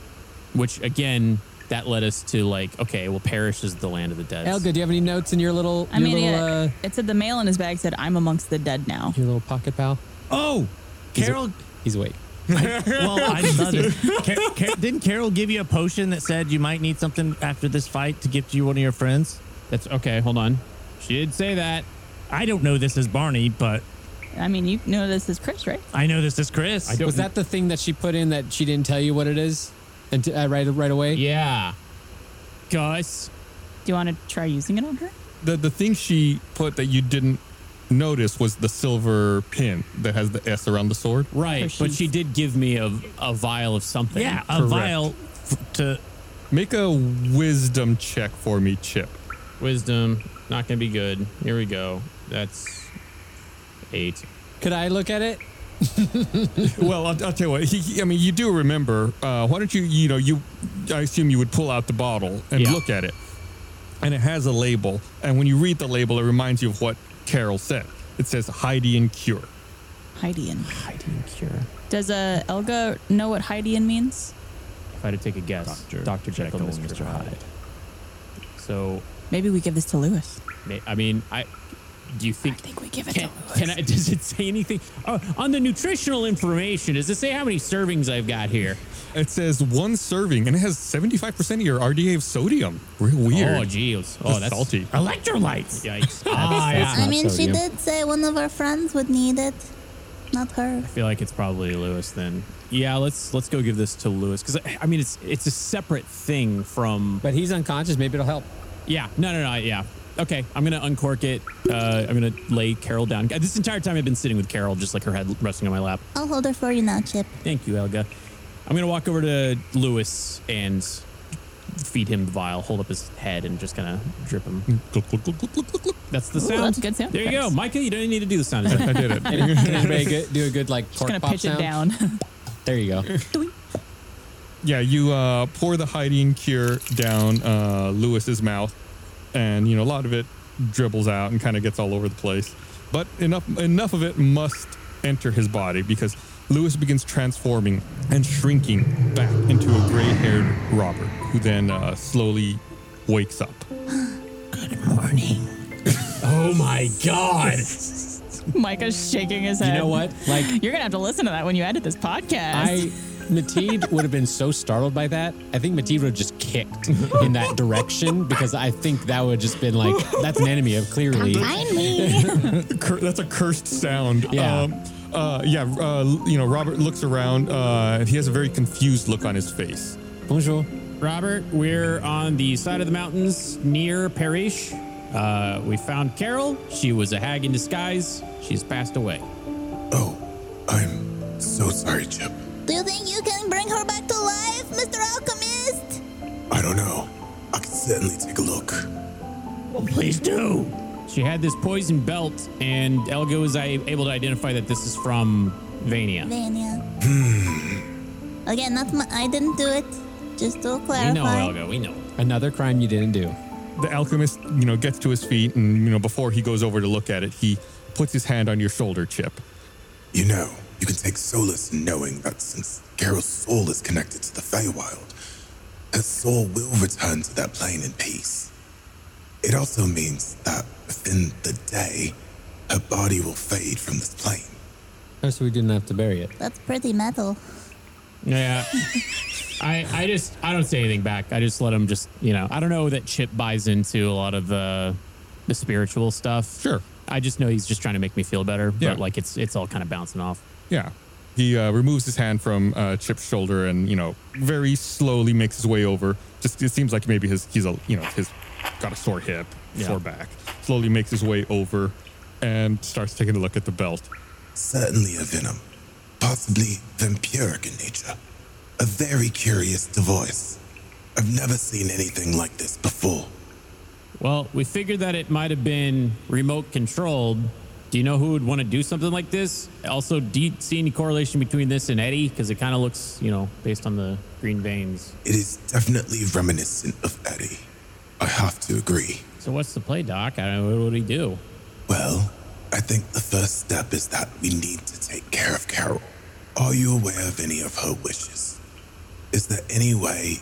S7: which again that led us to like okay, well, Parish is the land of the dead.
S4: Elga, do you have any notes in your little your
S6: I mean,
S4: little
S6: yeah,
S4: uh,
S6: it said the mail in his bag said, I'm amongst the dead now.
S4: your little pocket pal?
S7: Oh, Carol.
S4: He's awake.
S3: well, I love it. Car- Car- didn't Carol give you a potion that said you might need something after this fight to give to you one of your friends?
S7: That's okay. Hold on. She did say that.
S3: I don't know this as Barney, but
S6: I mean, you know this is Chris, right?
S3: I know this is Chris.
S4: was that the thing that she put in that she didn't tell you what it is, and t- uh, right right away?
S7: Yeah. Gus.
S6: Do you want to try using it on her?
S5: The the thing she put that you didn't notice was the silver pin that has the S around the sword.
S7: Right, but she did give me a, a vial of something.
S3: Yeah, a vial f- to
S5: Make a wisdom check for me, Chip.
S7: Wisdom, not gonna be good. Here we go. That's eight.
S4: Could I look at it?
S5: well, I'll, I'll tell you what. He, he- I mean, you do remember. Uh, why don't you? You know, you. I assume you would pull out the bottle and
S7: Yeah.
S5: look at it, and it has a label. And when you read the label, it reminds you of what Carol said. It says Hydean cure.
S6: Hydean.
S7: Hydean cure.
S6: Does uh, Elga know what Hydean means?
S7: If I had to take a guess, Doctor, Jekyll, Mr. Hyde. So,
S6: Maybe we give this to Lewis.
S7: ma- I mean, I do you think? I think
S6: we give it
S7: can, Can I? Does it say anything oh, on the nutritional information? Does it say how many servings I've got here?
S5: It says one serving, and it has seventy-five percent of your RDA of sodium. Real weird.
S7: Oh, geez. Oh, that's
S5: salty.
S3: Electrolytes.
S7: Yikes. Ah, yeah.
S9: I mean, she did say one of our friends would need it, not her.
S7: I feel like it's probably Lewis then. Yeah, let's let's go give this to Lewis because I, I mean it's it's a separate thing from.
S4: But he's unconscious. Maybe it'll help.
S7: Yeah. No. No. No. Yeah. Okay. I'm gonna uncork it. Uh, I'm gonna lay Carol down. This entire time I've been sitting with Carol, just like her head resting on my lap.
S9: I'll hold her for you now, Chip.
S7: Thank you, Elga. I'm gonna walk over to Lewis and feed him the vial. Hold up his head and just kind of drip
S5: Mm,
S7: him. That's the
S6: Ooh,
S7: sound.
S6: that's good sound
S7: There you go,
S6: effects.
S7: Micah. You don't need to do the sound.
S5: I did it.
S4: Can anybody good, do a good like
S6: Just
S4: cork
S6: gonna
S4: pop
S6: pitch
S4: sound?
S6: it down.
S4: There you go.
S5: Yeah, you uh, pour the hiding cure down uh, Lewis's mouth, and you know a lot of it dribbles out and kind of gets all over the place. But enough enough of it must enter his body because Lewis begins transforming and shrinking back into a gray-haired robber, who then uh, slowly wakes up.
S7: Oh my god!
S6: Micah's shaking his
S4: You
S6: head.
S4: know what? Like
S6: You're gonna have to listen to that when you edit this podcast.
S4: I Mateed would have been so startled by that. I think Mateed would have just kicked in that direction because I think that would have just been like, that's an enemy of clearly.
S5: Cur- that's a cursed sound.
S4: Yeah.
S5: Um, uh, yeah. Uh, l- you know, Robert looks around. Uh, he has a very confused look on his face.
S4: Bonjour.
S7: Robert, we're on the side of the mountains near Parish. Uh, we found Carol. She was a hag in disguise. She's passed away.
S11: So sorry, Chip.
S9: Do you think you can bring her back to life, Mr. Alchemist?
S11: I don't know. I could certainly take a look.
S7: Well, please do. She had this poison belt, and Elgo is I- able to identify that this is from Vania.
S9: Vania.
S7: Hmm.
S9: Again, not my, I didn't do it. Just to clarify.
S7: we know.
S4: Another crime you didn't do.
S5: The alchemist, you know, gets to his feet, and you know, before he goes over to look at it, he puts his hand on your shoulder, Chip.
S11: You know, you can take solace in knowing that since Carol's soul is connected to the Feywild, her soul will return to that plane in peace. It also means that within the day, her body will fade from this plane.
S4: Oh, so we didn't have to bury it.
S9: That's pretty metal.
S7: Yeah. I, I just I don't say anything back. I just let him just you know I don't know that Chip buys into a lot of the the spiritual stuff.
S5: Sure.
S7: I just know he's just trying to make me feel better.
S5: Yeah.
S7: But like it's it's all kind of bouncing off.
S5: Yeah. He uh, removes his hand from uh, Chip's shoulder and, you know, very slowly makes his way over. Just it seems like maybe his he's a you know his got a sore hip,
S11: Yeah.
S5: sore back. Slowly makes his way over and starts taking a look at the belt.
S11: Certainly a venom, possibly vampiric in nature. A very curious device. I've never seen anything like this before.
S7: Well, we figured that it might have been remote controlled. Do you know who would want to do something like this? Also, do you see any correlation between this and Eddie? Because it kind of looks, you know, based on the green veins.
S11: It is definitely reminiscent of Eddie. I have to agree.
S7: So what's the play, Doc? I don't know. What would he do?
S11: Well, I think the first step is that we need to take care of Carol. Are you aware of any of her wishes? Is there any way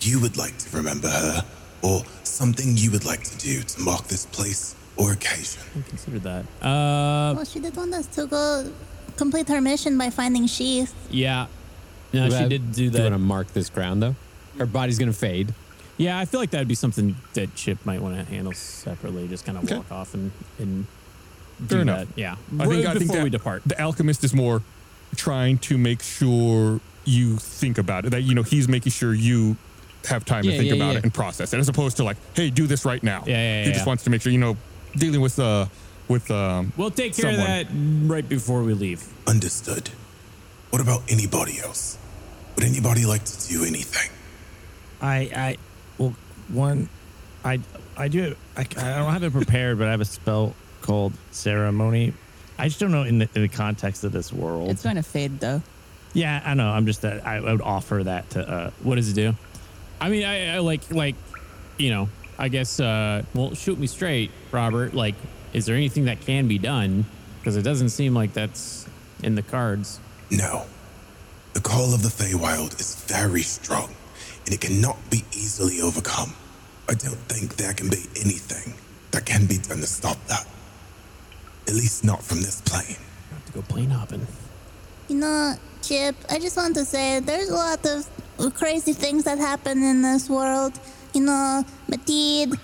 S11: you would like to remember her, or something you would like to do to mark this place or occasion?
S7: Consider that. Uh,
S9: well, she did want us to go complete her mission by finding Sheath.
S7: yeah. No, she did do that.
S4: Do you want to mark this ground though? Her body's gonna fade.
S7: Yeah, I feel like that'd be something that Chip might want to handle separately. Just kind of walk off and and do
S5: Fair enough.
S7: that. Yeah,
S5: I think,
S7: Right
S5: I think
S7: before
S5: that
S7: we depart.
S5: the alchemist is more trying to make sure you think about it. That you know he's making sure you have time
S7: Yeah,
S5: to think
S7: yeah,
S5: about
S7: yeah.
S5: it and process it, as opposed to like, hey, do this right now. Yeah,
S7: yeah,
S5: He
S7: yeah.
S5: just wants to make sure you know dealing with uh with um.
S7: We'll take care
S5: someone.
S7: of that right before we leave.
S11: Understood. What about anybody else? Would anybody like to do anything?
S8: I I well one I I do I, I don't have it prepared, but I have a spell called ceremony. I just don't know in the, in the context of this world.
S6: it's going to fade though.
S8: yeah, I know. I'm just that I, I would offer that to. Uh,
S7: what does it do? I mean, I, I like like you know, I guess. Uh, well, shoot me straight, Robert. Like, is there anything that can be done? Because it doesn't seem like that's in the cards.
S11: No. The call of the Feywild is very strong, and it cannot be easily overcome. I don't think there can be anything that can be done to stop that. At least not from this plane.
S7: Have to go plane hopping.
S9: You know, Chip, I just want to say there's a lot of crazy things that happen in this world. You know, Mateed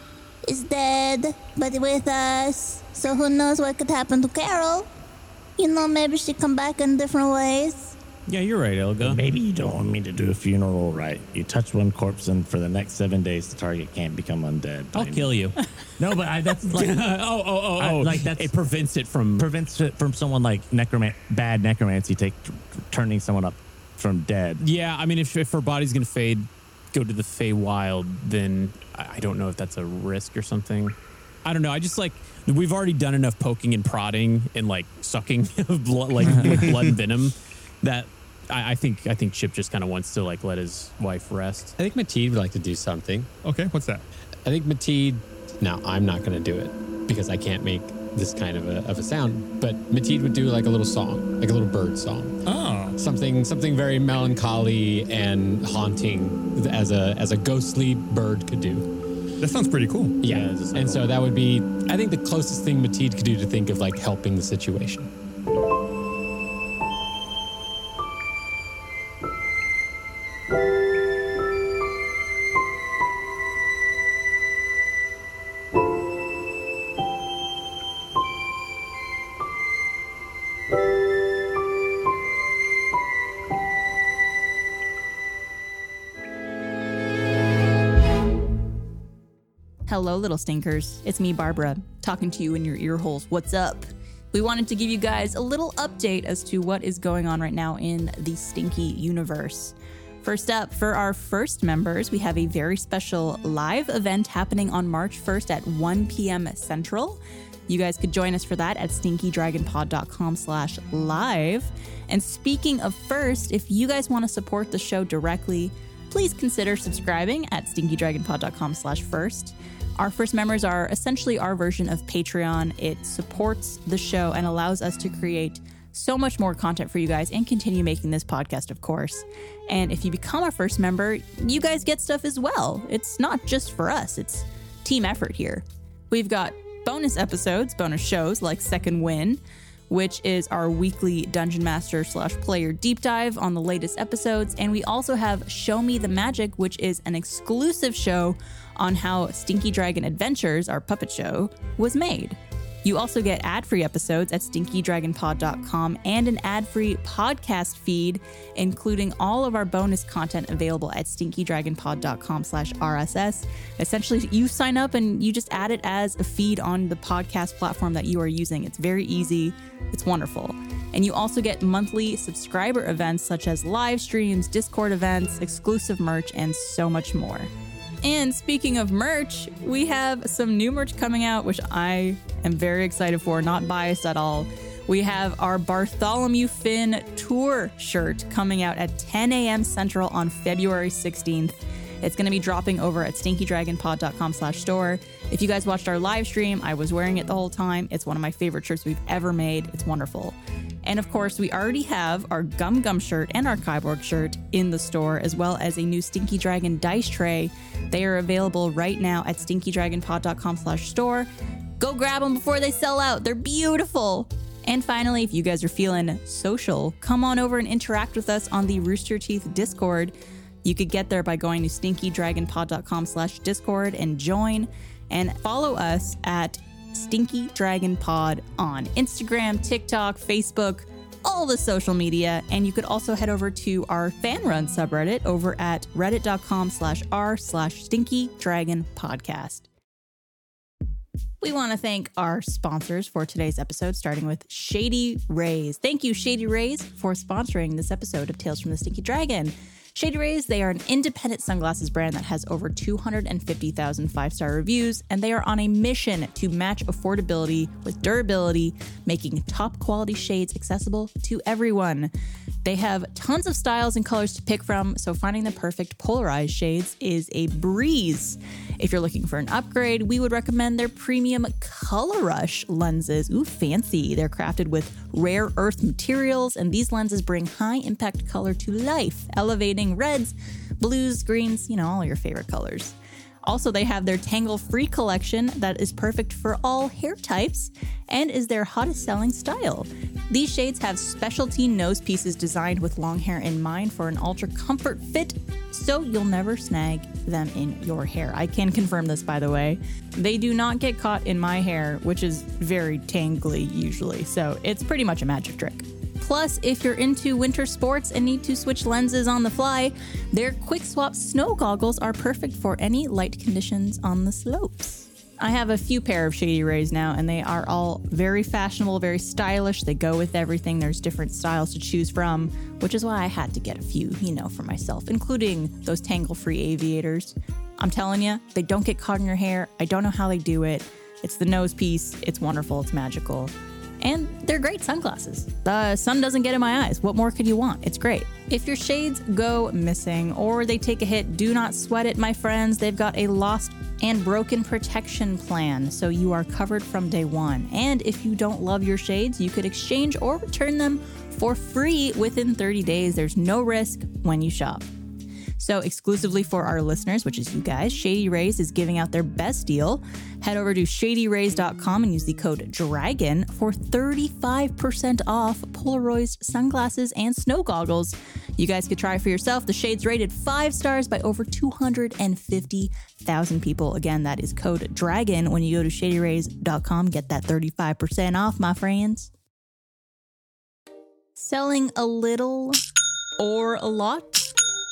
S9: is dead, but with us. So who knows what could happen to Carol? You know, maybe she come back in different ways.
S7: Yeah, you're right, Elga.
S8: Maybe you don't want me to do a funeral right. You touch one corpse, and for the next seven days, the target can't become undead.
S7: I'll kill you.
S8: No, but I, that's like
S7: oh, oh, oh,
S8: I-
S7: oh.
S8: like that's
S7: it prevents it from
S8: prevents it from someone like necroman bad necromancy take t- turning someone up from dead.
S7: Yeah, I mean, if, if her body's gonna fade, go to the Fey Wild, then I I don't know if that's a risk or something. I don't know. I just like we've already done enough poking and prodding and like sucking of blood, like with blood and venom, that I, I think I think Chip just kind of wants to like let his wife rest.
S4: I think Mateed would like to do something.
S5: Okay, what's that?
S4: I think Mateed. No, I'm not gonna do it because I can't make this kind of a, of a sound. But Mateed would do like a little song, like a little bird song.
S5: Oh.
S4: Something something very melancholy and haunting as a as a ghostly bird could do.
S5: That sounds pretty cool.
S4: Yeah. and so that would be, I think, the closest thing Mateed could do to think of like helping the situation.
S6: Hello, little stinkers. It's me, Barbara, talking to you in your ear holes. What's up? We wanted to give you guys a little update as to what is going on right now in the stinky universe. First up, for our first members, we have a very special live event happening on March 1st at 1 p.m. Central. You guys could join us for that at stinkydragonpod.com slash live. And speaking of first, if you guys want to support the show directly, please consider subscribing at stinkydragonpod.com slash first. Our first members are essentially our version of Patreon. It supports the show and allows us to create so much more content for you guys and continue making this podcast, of course. And if you become a first member, you guys get stuff as well. It's not just for us, it's team effort here. We've got bonus episodes, bonus shows like Second Win, which is our weekly Dungeon Master slash player deep dive on the latest episodes. And we also have Show Me the Magic, which is an exclusive show on how Stinky Dragon Adventures, our puppet show, was made. You also get ad free episodes at stinkydragonpod.com and an ad free podcast feed, including all of our bonus content available at stinkydragonpod.com slash RSS. Essentially, you sign up and you just add it as a feed on the podcast platform that you are using. It's very easy, it's wonderful. And you also get monthly subscriber events such as live streams, Discord events, exclusive merch, and so much more. And speaking of merch, we have some new merch coming out, which I am very excited for, not biased at all. We have our Bartholomew Finn tour shirt coming out at 10 a.m. Central on February 16th. It's going to be dropping over at stinkydragonpod.com slash store. If you guys watched our live stream, I was wearing it the whole time. It's one of my favorite shirts we've ever made. It's wonderful. And of course, we already have our Gum Gum shirt and our Kyborg shirt in the store, as well as a new Stinky Dragon dice tray. They are available right now at stinkydragonpod.com slash store. Go grab them before they sell out. They're beautiful. And finally, if you guys are feeling social, come on over and interact with us on the Rooster Teeth Discord. You could get there by going to stinkydragonpod.com slash discord and join and follow us at Stinky Dragon Pod on Instagram, TikTok, Facebook, all the social media. And you could also head over to our fan run subreddit over at reddit.com slash r slash stinky dragon podcast. We want to thank our sponsors for today's episode, starting with Shady Rays. Thank you, Shady Rays, for sponsoring this episode of Tales from the Stinky Dragon. Shady Rays, they are an independent sunglasses brand that has over 250,000 five star reviews, and they are on a mission to match affordability with durability, making top quality shades accessible to everyone. They have tons of styles and colors to pick from, so finding the perfect polarized shades is a breeze. If you're looking for an upgrade, we would recommend their premium Color Rush lenses. Ooh, fancy. They're crafted with rare earth materials, and these lenses bring high impact color to life, elevating reds, blues, greens, you know, all your favorite colors. Also, they have their Tangle Free collection that is perfect for all hair types and is their hottest selling style. These shades have specialty nose pieces designed with long hair in mind for an ultra comfort fit, so you'll never snag them in your hair. I can confirm this, by the way. They do not get caught in my hair, which is very tangly usually, so it's pretty much a magic trick. Plus, if you're into winter sports and need to switch lenses on the fly, their quick swap snow goggles are perfect for any light conditions on the slopes. I have a few pair of Shady Rays now, and they are all very fashionable, very stylish. They go with everything. There's different styles to choose from, which is why I had to get a few, you know, for myself, including those tangle free aviators. I'm telling you, they don't get caught in your hair. I don't know how they do it. It's the nose piece, it's wonderful, it's magical. And they're great sunglasses. The sun doesn't get in my eyes. What more could you want? It's great. If your shades go missing or they take a hit, do not sweat it, my friends. They've got a lost and broken protection plan, so you are covered from day one. And if you don't love your shades, you could exchange or return them for free within 30 days. There's no risk when you shop. So, exclusively for our listeners, which is you guys, Shady Rays is giving out their best deal. Head over to shadyrays.com and use the code DRAGON for 35% off Polaroid's sunglasses and snow goggles. You guys could try for yourself. The shade's rated five stars by over 250,000 people. Again, that is code DRAGON when you go to shadyrays.com. Get that 35% off, my friends. Selling a little or a lot?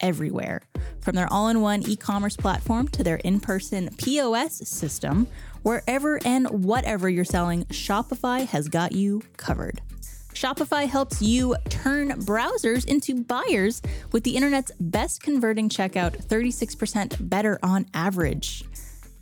S6: everywhere. From their all in one e commerce platform to their in person POS system, wherever and whatever you're selling, Shopify has got you covered. Shopify helps you turn browsers into buyers with the internet's best converting checkout, 36% better on average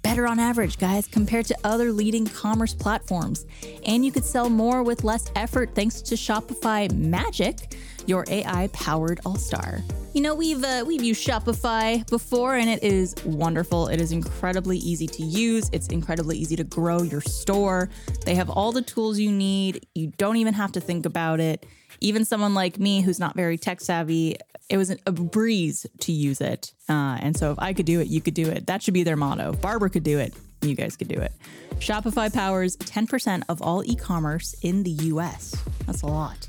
S6: better on average, guys, compared to other leading commerce platforms. And you could sell more with less effort thanks to Shopify Magic, your AI-powered all-star. You know, we've uh, we've used Shopify before and it is wonderful. It is incredibly easy to use. It's incredibly easy to grow your store. They have all the tools you need. You don't even have to think about it. Even someone like me who's not very tech savvy, it was a breeze to use it. Uh, and so if I could do it, you could do it. That should be their motto. Barbara could do it. You guys could do it. Shopify powers 10% of all e commerce in the US. That's a lot.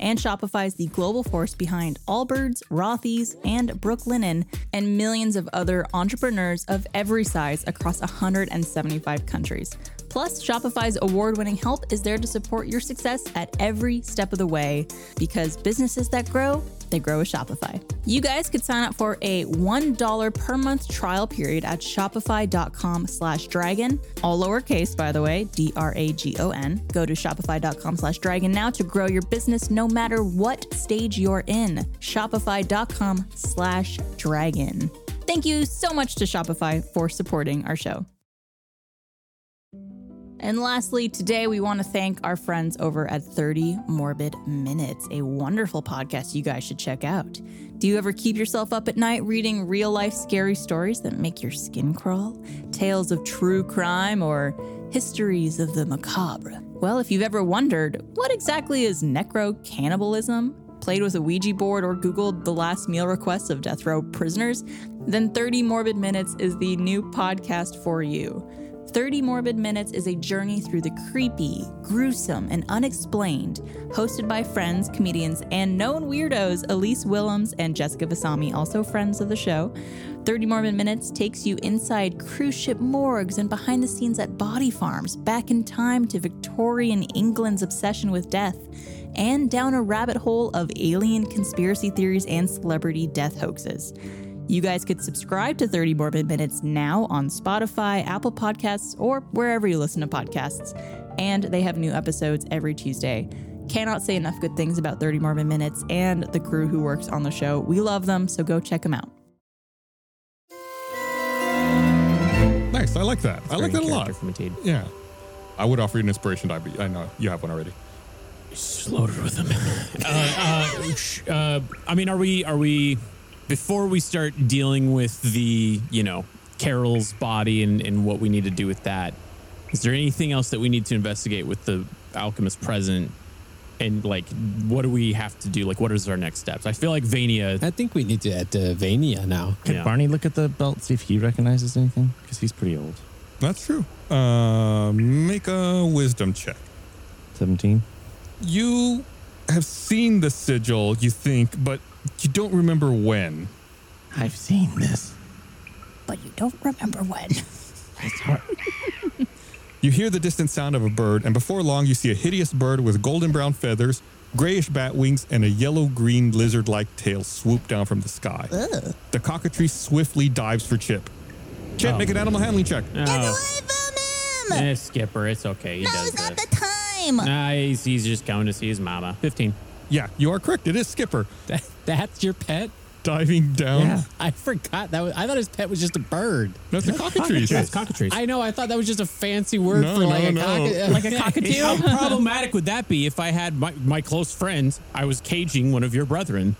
S6: And Shopify is the global force behind Allbirds, Rothy's, and Brooklinen, and millions of other entrepreneurs of every size across 175 countries. Plus, Shopify's award winning help is there to support your success at every step of the way because businesses that grow, they grow with Shopify. You guys could sign up for a $1 per month trial period at shopify.com slash dragon, all lowercase, by the way, D R A G O N. Go to shopify.com slash dragon now to grow your business no matter what stage you're in. Shopify.com slash dragon. Thank you so much to Shopify for supporting our show. And lastly, today we want to thank our friends over at 30 Morbid Minutes, a wonderful podcast you guys should check out. Do you ever keep yourself up at night reading real life scary stories that make your skin crawl? Tales of true crime or histories of the macabre? Well, if you've ever wondered, what exactly is necro cannibalism? Played with a Ouija board or Googled the last meal requests of death row prisoners? Then 30 Morbid Minutes is the new podcast for you. 30 Morbid Minutes is a journey through the creepy, gruesome, and unexplained, hosted by friends, comedians, and known weirdos Elise Willems and Jessica Vasami, also friends of the show. 30 Morbid Minutes takes you inside cruise ship morgues and behind the scenes at body farms, back in time to Victorian England's obsession with death, and down a rabbit hole of alien conspiracy theories and celebrity death hoaxes. You guys could subscribe to 30 Morbid Minutes now on Spotify, Apple Podcasts, or wherever you listen to podcasts. And they have new episodes every Tuesday. Cannot say enough good things about 30 Morbid Minutes and the crew who works on the show. We love them, so go check them out.
S5: Nice. I like that. I like that a lot.
S7: Yeah.
S5: I would offer you an inspiration die, but I know you have one already.
S7: Just loaded with them. uh, uh, sh- uh, I mean, are we are we before we start dealing with the you know Carol's body and and what we need to do with that? Is there anything else that we need to investigate with the alchemist present? And like, what do we have to do? Like, what is our next steps? I feel like Vania.
S4: I think we need to add to Vania now.
S8: Could Barney look at the belt, see if he recognizes anything? Because he's pretty old.
S5: That's true. Uh, make a wisdom check.
S8: 17.
S5: You have seen the sigil, you think, but you don't remember when.
S8: I've seen this.
S6: But you don't remember when.
S5: You hear the distant sound of a bird, and before long, you see a hideous bird with golden brown feathers, grayish bat wings, and a yellow green lizard like tail swoop down from the sky.
S9: Ugh.
S5: The cockatrice swiftly dives for Chip. Chip,
S7: Oh.
S5: make an animal handling check.
S7: Eh, Skipper, it's okay. He does that.
S9: Time.
S7: Nah, he's, he's just going to see his mama. 15.
S5: Yeah, you are correct. It is Skipper.
S4: That's your pet?
S5: diving down.
S4: I forgot that. Was, I thought his pet was just a bird.
S5: That's a cockatrice.
S4: That's
S5: That's
S4: cockatrice.
S5: cockatrice.
S4: I know. I thought that was just a fancy word
S5: No,
S4: for like
S5: no,
S4: a
S5: no.
S4: cockatoo.
S5: Like
S7: a cockatoo?
S4: Yeah.
S7: How problematic would that be if I had my, my close friends? I was caging one of your brethren.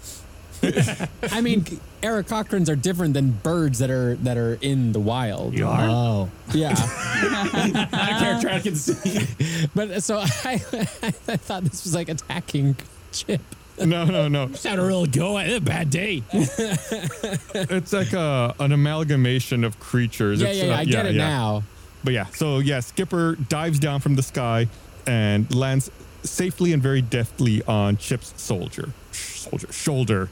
S4: I mean, Eric Cochran's are different than birds that are that are in the wild.
S7: You are?
S4: Oh, yeah.
S7: Out of character, I can see.
S4: Ah. But uh, so I, I thought this was like attacking Chip.
S5: No, no, no.
S7: Just had a real go at it. A bad day.
S5: It's like a, an amalgamation of creatures.
S4: Yeah,
S5: It's,
S4: yeah, yeah,
S5: uh,
S4: I get it now.
S5: But yeah, so yeah, Skipper dives down from the sky and lands safely and very deftly on Chip's soldier, soldier shoulder.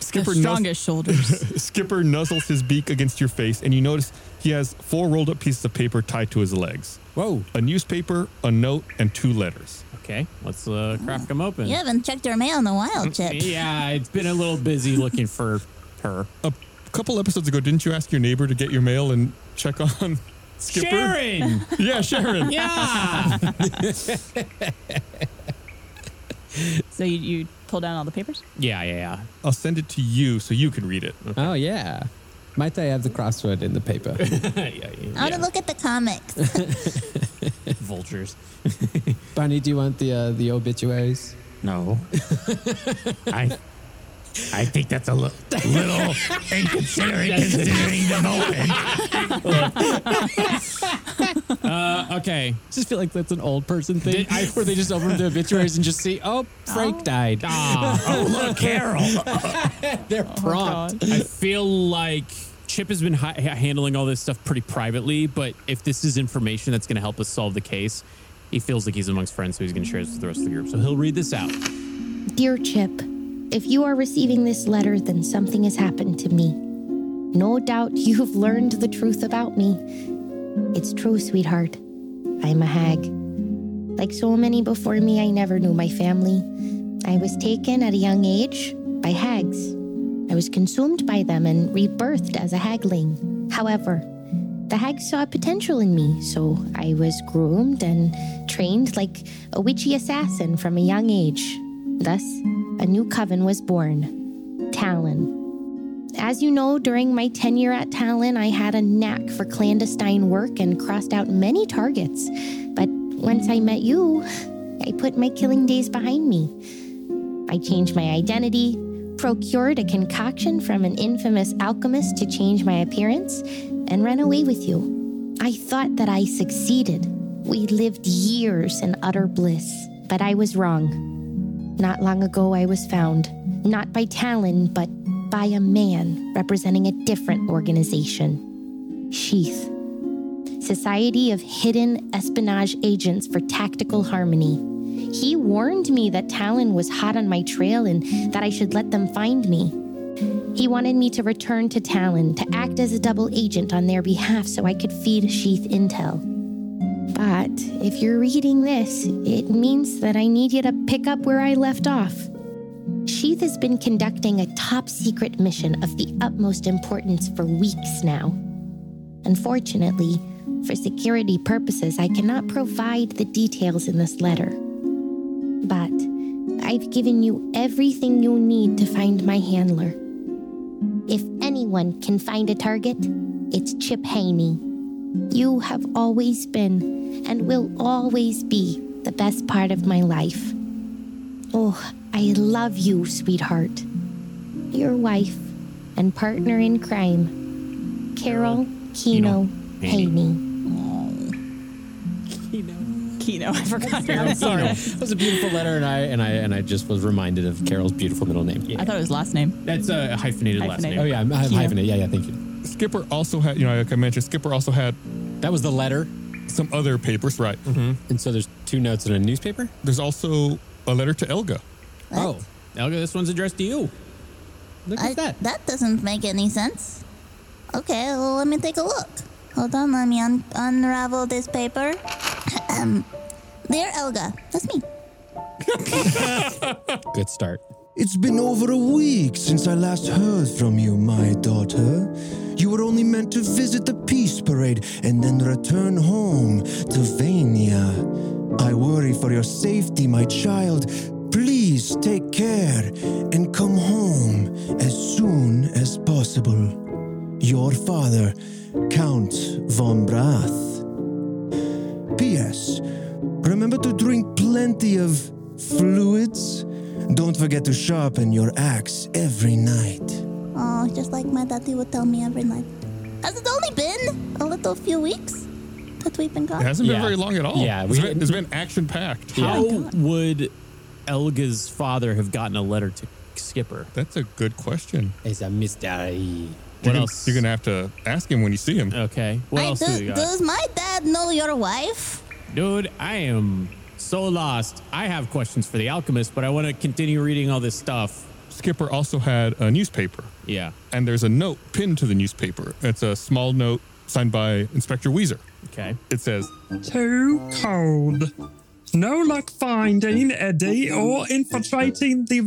S5: Skipper
S6: the
S5: nuzzles-
S6: strongest shoulders.
S5: Skipper nuzzles his beak against your face, and you notice he has four rolled up pieces of paper tied to his legs.
S4: Whoa.
S5: A newspaper, a note, and two letters.
S7: Okay, let's uh, crack them open.
S9: You haven't checked your mail in a while, Chip.
S7: Mm, Yeah, it's been a little busy looking for her.
S5: A couple episodes ago, didn't you ask your neighbor to get your mail and check on Skipper?
S7: Sharon!
S5: Yeah, Sharon.
S7: Yeah!
S6: so you, you pull down all the papers?
S7: Yeah, yeah, yeah.
S5: I'll send it to you so you can read it.
S4: Oh yeah. Might I have the crossword in the paper?
S7: yeah, yeah,
S9: I want
S7: yeah.
S9: Oh, to look at the comics.
S7: Vultures.
S4: Barney, do you want the uh, the obituaries?
S7: No. I I think that's a li- little inconsiderate considering the moment. uh, okay.
S4: I just feel like that's an old person thing
S7: Did I-
S4: where they just open the obituaries and just see, oh, Frank died.
S7: oh, look, Carol.
S4: They're prompt.
S7: I feel like Chip has been hi- ha- handling all this stuff pretty privately, but if this is information that's going to help us solve the case, he feels like he's amongst friends, so he's going to share this with the rest of the group. So he'll read this out.
S10: Dear Chip, if you are receiving this letter, then something has happened to me. No doubt you've learned the truth about me. It's true, sweetheart. I'm a hag. Like so many before me, I never knew my family. I was taken at a young age by hags. I was consumed by them and rebirthed as a hagling. However, the hags saw potential in me, so I was groomed and trained like a witchy assassin from a young age. Thus, a new coven was born Talon. As you know, during my tenure at Talon, I had a knack for clandestine work and crossed out many targets. But once I met you, I put my killing days behind me. I changed my identity, procured a concoction from an infamous alchemist to change my appearance, and ran away with you. I thought that I succeeded. We lived years in utter bliss, but I was wrong. Not long ago, I was found, not by Talon, but by a man representing a different organization Sheath. Society of Hidden Espionage Agents for Tactical Harmony. He warned me that Talon was hot on my trail and that I should let them find me. He wanted me to return to Talon to act as a double agent on their behalf so I could feed Sheath intel. But if you're reading this, it means that I need you to pick up where I left off. Sheath has been conducting a top secret mission of the utmost importance for weeks now. Unfortunately, for security purposes, I cannot provide the details in this letter. But I've given you everything you need to find my handler. If anyone can find a target, it's Chip Haney. You have always been and will always be the best part of my life. Oh, I love you, sweetheart. Your wife and partner in crime, Carol Kino, Haney.
S6: Kino, I forgot. I'm
S4: Sorry.
S6: sorry.
S4: That was a beautiful letter, and I and I and I just was reminded of Carol's beautiful middle name.
S6: I thought it was last name.
S7: That's a hyphenated, last
S6: Hyphenated.
S7: name.
S4: Oh yeah, I'm, I'm
S6: Cute.
S4: hyphenated. Yeah, yeah. Thank you.
S5: Skipper also had, you know, like I mentioned, Skipper also had
S4: That was the letter,
S5: some other papers, right?
S4: and so there's two notes in a newspaper.
S5: There's also a letter to Elga.
S4: Oh,
S7: Elga, this one's addressed to you.
S4: look
S9: I-
S4: at that.
S9: that doesn't make any sense. Okay, well, let me take a look. Hold on, let me un- unravel this paper. Ahem. Dear Elga, that's me.
S4: Good start.
S12: It's been over a week since I last heard from you, my daughter. You were only meant to visit the peace parade and then return home to Vania. I worry for your safety, my child. Please Please take care and come home as soon as possible. Your father, Count von Brath. P.S. Remember to drink plenty of fluids. Don't forget to sharpen your axe every night.
S9: Oh, just like my daddy would tell me every night. Has it only been a little few weeks that we've been gone?
S5: It hasn't been very long at all.
S9: Yeah,
S5: it's been, it's been action packed.
S7: How would Elga's father have gotten a letter to Skipper?
S5: That's a good question.
S4: It's a mystery.
S5: What else? You're gonna have to ask him when you see him.
S7: Okay. What
S9: I
S7: else
S9: do-
S7: do we got?
S9: does my dad know your wife?
S7: Dude, I am so lost. I have questions for the alchemist, but I want to continue reading all this stuff.
S5: Skipper also had a newspaper.
S7: Yeah.
S5: And there's a note pinned to the newspaper. It's a small note signed by Inspector Weezer.
S7: Okay.
S5: It says,
S13: Too cold. No luck finding Eddie or infiltrating the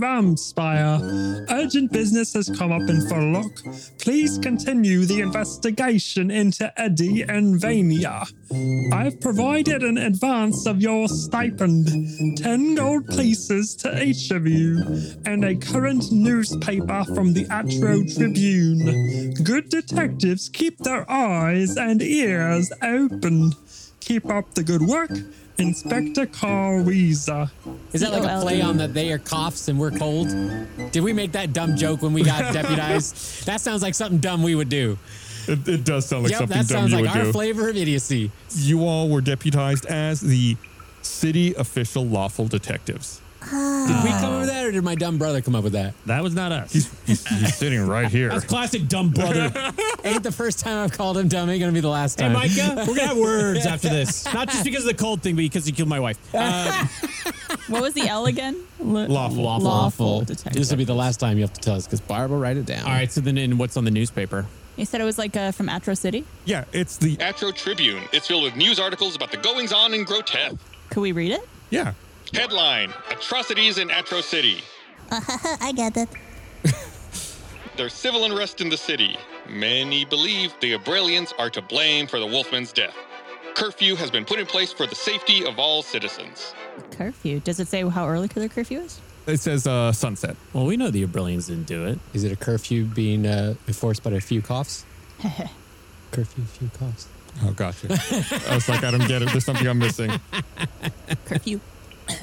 S13: Ramspire. Urgent business has come up in Forlock. Please continue the investigation into Eddie and Vania. I've provided an advance of your stipend, 10 gold pieces to each of you, and a current newspaper from the Atro Tribune. Good detectives keep their eyes and ears open. Keep up the good work, Inspector Carl Weezer.
S4: Is that like a play on that they are coughs and we're cold? Did we make that dumb joke when we got deputized? that sounds like something dumb we would do.
S5: It, it does sound like
S4: yep,
S5: something
S4: that
S5: dumb
S4: sounds
S5: you
S4: like
S5: would
S4: our
S5: do.
S4: flavor of idiocy.
S5: You all were deputized as the city official lawful detectives.
S4: Did we come up with that, or did my dumb brother come up with that?
S5: That was not us. He's, he's, he's sitting right here.
S4: That's
S7: classic dumb brother.
S4: ain't the first time I've called him dumb. Ain't gonna be the last
S7: Hey,
S4: time.
S7: Micah, we're gonna have words after this. Not just because of the cold thing, but because you killed my wife. Uh,
S6: What was the L again?
S7: Lawful.
S4: Lawful.
S7: Lawful
S4: This will be the last time you have to tell us because Barb will write it down.
S7: all right. So then, in what's on the newspaper?
S6: You said it was like uh, from Atro City.
S5: Yeah, it's the Atro Tribune. It's filled with news articles about the goings on in Groteth.
S6: Could we read it?
S5: Yeah.
S2: Headline Atrocities in Atro City.
S9: I get it.
S2: There's civil unrest in the city. Many believe the Abrelians are to blame for the Wolfman's death. Curfew has been put in place for the safety of all citizens.
S6: Curfew. Does it say how early the curfew is?
S5: It says uh, sunset.
S7: Well, we know the Abrillians didn't do it.
S4: Is it a curfew being uh, enforced by a few coughs? curfew, few coughs.
S5: Oh, gotcha. I was like, I don't get it. There's something I'm missing.
S6: Curfew.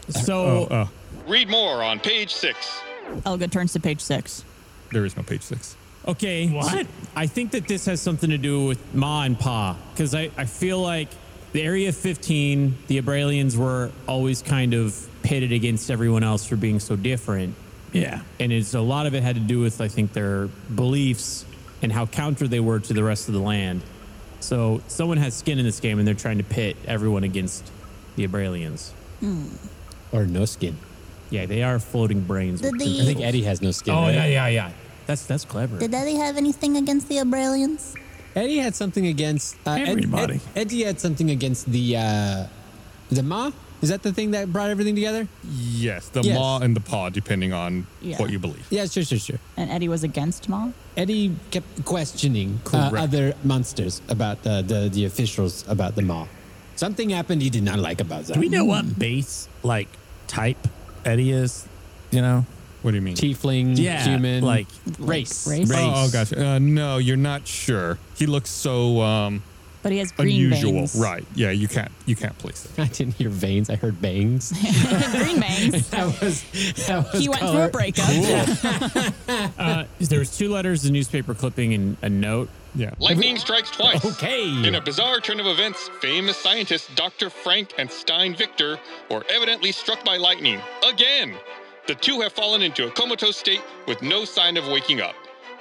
S7: So
S5: oh,
S2: Read more on page six.
S6: Elga turns to page six.
S5: there is no page six.
S7: Okay. What? I think that this has something to do with Ma and Pa, because I, I feel like the Area 15, the Abralians were always kind of pitted against everyone else for being so different.
S8: Yeah.
S7: And it's a lot of it had to do with, I think, their beliefs and how counter they were to the rest of the land. So someone has skin in this game and they're trying to pit everyone against the Abralians.
S4: Or no skin.
S7: Yeah, they are floating brains.
S9: Did
S7: with
S9: they-
S4: I think Eddie has no skin,
S7: Oh,
S4: right?
S7: yeah, yeah, yeah. That's, that's clever.
S9: Did Eddie have anything against the Abralians?
S4: Eddie had something against uh, Ed-
S7: Everybody.
S4: Ed- Eddie had something against the uh, the Ma. Is that the thing that brought everything together?
S5: Yes, the
S4: Yes.
S5: maw and the paw, depending on
S6: Yeah.
S5: what you believe.
S4: Yeah, sure, sure, sure.
S6: And Eddie was against Ma.
S4: Eddie kept questioning uh,
S6: Correct.
S4: other monsters about uh, the the officials about the Ma. Something happened he did not like about that.
S14: Do we know what base like type Eddie is? You know,
S5: what do you mean?
S4: Tiefling,
S14: yeah,
S4: human,
S14: like
S4: race,
S14: race.
S5: Oh, gotcha. Uh, no, you're not sure. He looks so um,
S6: But he has
S7: Oh,
S6: green
S5: unusual.
S6: veins.
S5: Right? Yeah, you can't you can't place it.
S4: I didn't hear veins. I heard bangs.
S6: green veins.
S4: that was, that was
S6: he went through
S4: color.
S6: a breakup.
S7: uh, there was two letters, a newspaper clipping, and a note.
S5: Yeah.
S2: Lightning strikes twice.
S7: Okay.
S2: In a bizarre turn of events, famous scientists Dr. Frank and Stein Victor were evidently struck by lightning again. The two have fallen into a comatose state with no sign of waking up.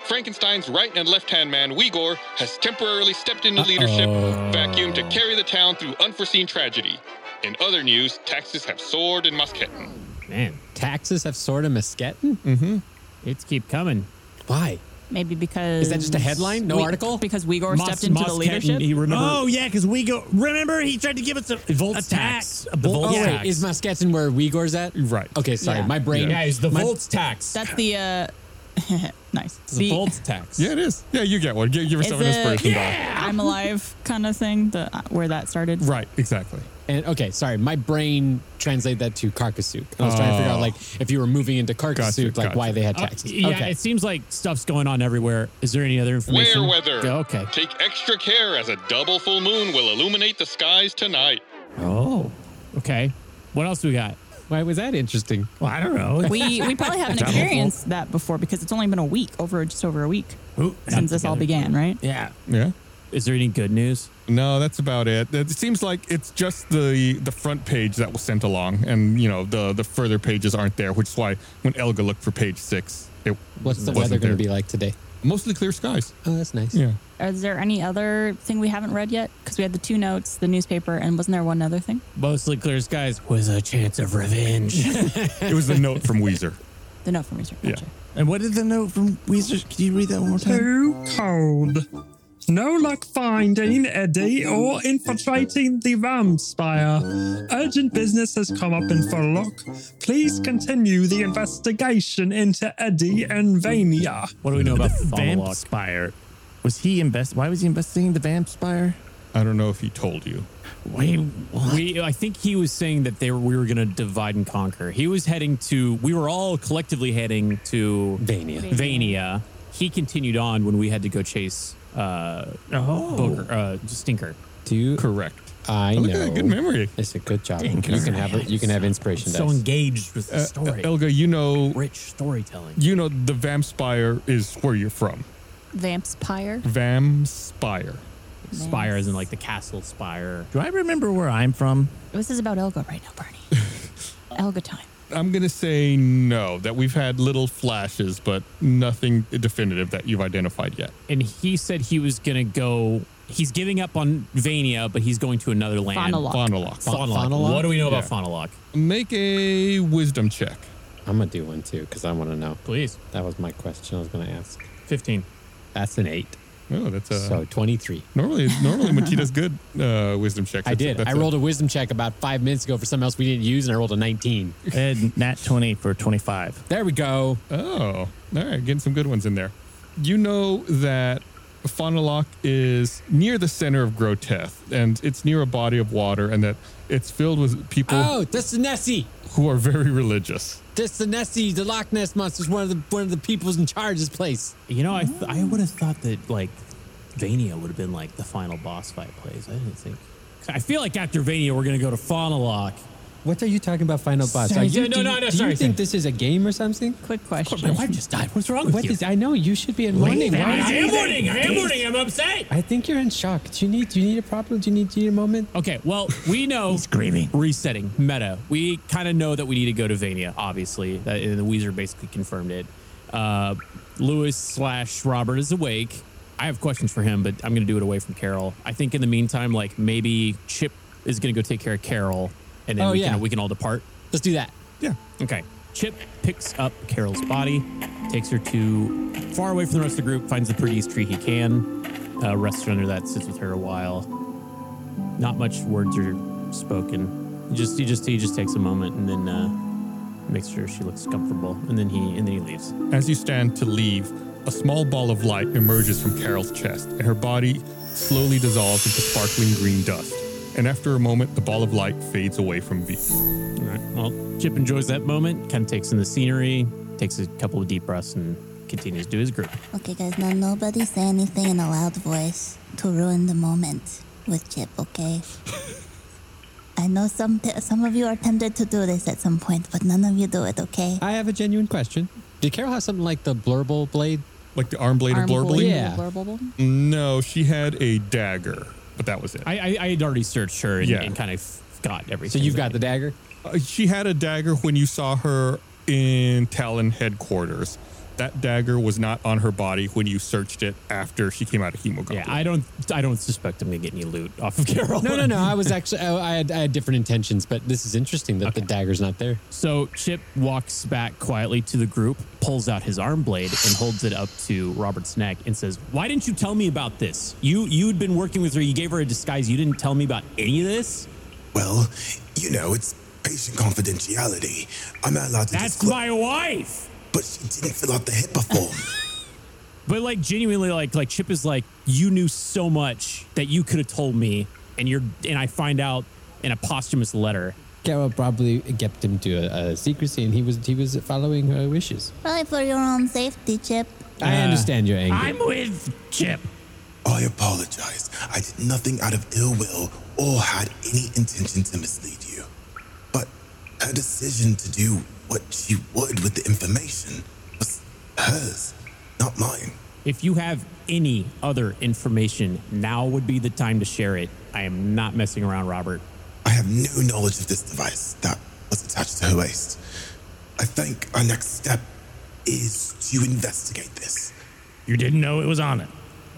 S2: Frankenstein's right and left hand man, Uyghur, has temporarily stepped into leadership vacuum to carry the town through unforeseen tragedy. In other news, taxes have soared in Musketon.
S7: Man,
S4: taxes have sort of Musketon.
S5: Mm-hmm.
S7: It's keep coming.
S4: Why?
S6: Maybe because
S4: Is that just a headline? No
S6: We-
S4: article?
S6: Because Uyghur
S4: Mos-
S6: stepped into the
S4: Mos-
S6: leadership.
S4: he remember-
S8: Oh yeah, because we go. Remember, he tried to give us a, a tax. A
S4: oh,
S8: Volt
S4: wait,
S8: tax.
S4: is Musketon where Uyghur's at?
S5: Right.
S4: Okay, sorry,
S6: Yeah.
S4: my brain.
S6: Yeah,
S7: it's the
S4: my,
S7: Volts tax.
S6: That's the uh, nice.
S5: It's a bolt tax. Yeah, it is. Yeah, you get one. Give, give yourself
S6: It's
S5: an
S6: a-
S5: inspiration
S6: I'm alive kind of thing. The, uh, where that started.
S5: Right. Exactly.
S4: And okay, sorry, my brain translated that to Karkasuk. I was trying to figure out
S7: Oh.
S4: like if you were moving into Karkasuk, like why they had
S7: Uh,
S4: taxes.
S7: yeah,
S4: okay.
S7: it seems like stuff's going on everywhere. Is there any other information?
S15: Wear weather.
S7: Yeah, okay.
S15: Take extra care as a double full moon will illuminate the skies tonight.
S7: Oh, okay. What else we got?
S4: Why was that interesting?
S7: Well, I don't know.
S6: We we probably haven't experienced that before because it's only been a week, over just over a week since this all began, right?
S7: Yeah.
S5: Yeah.
S7: Is there any good news?
S5: No, that's about it. It seems like it's just the the front page that was sent along, and you know the the further pages aren't there, which is why when Elga looked for page six, it
S4: What's the
S5: wasn't
S4: weather going
S5: there.
S4: to be like today?
S5: Mostly clear skies.
S4: Oh, that's nice.
S5: Yeah.
S6: Is there any other thing we haven't read yet? Because we had the two notes, the newspaper, and wasn't there one other thing?
S7: Mostly clear skies with a chance of revenge.
S5: it was a note from Weezer.
S6: The note from research.
S5: Yeah.
S13: And what did the note from Weezer? Can you read that one more time? Too cold. No luck finding Eddie or infiltrating the Ramspire. Urgent business has come up in Forlock. Please continue the investigation into Eddie and Vania.
S8: What do we know
S13: about
S8: Vampspire? Was he invest? Why was he investigating the Vampspire?
S5: I don't know if he told you.
S7: We, we, I think he was saying that they were, we were going to divide and conquer. He was heading to, we were all collectively heading to Vania. Vania. He continued on when we had to go chase uh,
S8: Oh.
S7: Booger, uh, Stinker.
S4: Do you,
S5: correct?
S4: I
S7: Look at
S4: know.
S7: that, good memory.
S4: It's a good job.
S7: Dang,
S4: you can have you can have inspiration.
S7: so
S4: dice.
S7: engaged with the
S5: Uh,
S7: story.
S5: Elga, you know
S7: rich storytelling.
S5: You know the Vampspire is where you're from.
S6: Vampspire.
S5: Vampspire.
S7: Spire isn't like the castle spire.
S8: Do I remember where I'm from?
S6: This is about Elga right now, Barney. Elga time.
S5: I'm gonna say no. That we've had little flashes, but nothing definitive that you've identified yet.
S7: And he said he was going to go, he's giving up on Vania, but he's going to another land.
S5: Faunelock. Faunelock.
S7: Faunelock.
S5: Faunelock?
S7: What do we know
S5: Yeah.
S7: about Faunelock?
S5: Make a wisdom check.
S4: I'm gonna do one too because I want to know.
S7: Please.
S4: That was my question. I was gonna ask.
S7: Fifteen.
S4: That's an eight.
S5: Oh, that's a
S4: so twenty-three.
S5: Normally, normally Matita's good uh, wisdom checks.
S4: I
S5: That's a-
S4: did.
S5: that's
S4: I
S5: a-
S4: rolled a wisdom check about five minutes ago for something else we didn't use, and I rolled a nineteen.
S8: And nat twenty for twenty-five.
S4: There we go.
S5: Oh, all right, getting some good ones in there. You know that Fauneloc is near the center of Groteth, and it's near a body of water, and that it's filled with people
S4: Oh, that's the Nessie.
S5: who are very religious.
S4: That's the Nessie. The Loch Ness monster is one of the one of the people's in charge of this place.
S7: You know, I th- I would have thought that like Vania would have been like the final boss fight plays. I didn't think. I feel like after Vania, we're gonna go to Faunelock.
S4: What are you talking about, Final Boss?
S7: Sorry, do- no, no, no, sorry, sorry.
S4: this is a game or something?
S6: Quick question.
S7: My wife just died. What's wrong with you?
S4: I know you should be in
S7: Leave
S4: mourning.
S7: it.
S4: Why is
S7: I am
S4: it-
S7: mourning. I am mourning. I'm upset.
S4: I think you're in shock. Do you need do you need a problem? Do you need do you need a moment?
S7: Okay, well, we know he's
S8: grieving.
S7: Resetting meta. We kind of know that we need to go to Vania. Obviously, that, and the Weezer basically confirmed it. Uh, Lewis slash Robert is awake. I have questions for him, but I'm gonna do it away from Carol. I think in the meantime, like maybe Chip is gonna go take care of Carol, and then
S4: Oh,
S7: we,
S4: yeah.
S7: can, we can all depart.
S4: Let's do that.
S5: Yeah.
S7: Okay. Chip picks up Carol's body, takes her to far away from the rest of the group, finds the prettiest tree he can, uh, rests her under that, sits with her a while. Not much words are spoken. He just he just he just takes a moment and then uh, makes sure she looks comfortable, and then he and then he leaves.
S5: As you stand to leave, a small ball of light emerges from Carol's chest, and her body slowly dissolves into sparkling green dust. And after a moment, the ball of light fades away from view.
S7: All right. Well, Chip enjoys that moment, kind of takes in the scenery, takes a couple of deep breaths, and continues to his group.
S9: Okay, guys, now nobody say anything in a loud voice to ruin the moment with Chip, okay? I know some some of you are tempted to do this at some point, but none of you do it, okay?
S4: I have a genuine question. Did Carol have something like the blurble blade?
S5: Like the arm blade of Blorbly?
S4: Yeah.
S5: No, she had a dagger, but that was it.
S7: I I, I had already searched her and,
S5: Yeah.
S7: and kind of got
S4: So
S7: everything.
S4: you've got the dagger?
S5: Uh, she had a dagger when you saw her in Talon headquarters. That dagger was not on her body when you searched it after she came out of hemoglobin.
S7: Yeah, I don't I don't suspect I'm gonna get any loot off of Carol.
S4: No, no, no. I was actually I I had, I had different intentions, but this is interesting that the dagger's not there.
S7: So Chip walks back quietly to the group, pulls out his arm blade and holds it up to Robert's neck and says, "Why didn't you tell me about this? You you'd been working with her. You gave her a disguise. You didn't tell me about any of this.
S16: Well, you know, it's patient confidentiality. I'm not allowed to
S7: That's
S16: disclose.
S7: my wife.
S11: but she didn't fill out the hit before.
S17: But like genuinely, like like Chip is like, you knew so much that you could have told me, and you're and I find out in a posthumous letter.
S4: Carol probably kept him to a, a secrecy, and he was he was following her wishes.
S9: Probably for your own safety, Chip.
S4: I understand your anger.
S9: with
S17: Chip.
S11: I apologize. I did nothing out of ill will or had any intention to mislead you. But her decision to do what she would with the information was hers, not mine.
S17: If you have any other information, now would be the time to share it. I am not messing around, Robert.
S11: I have no knowledge of this device that was attached to her waist. I think our next step is to investigate this.
S8: You didn't know it was on it?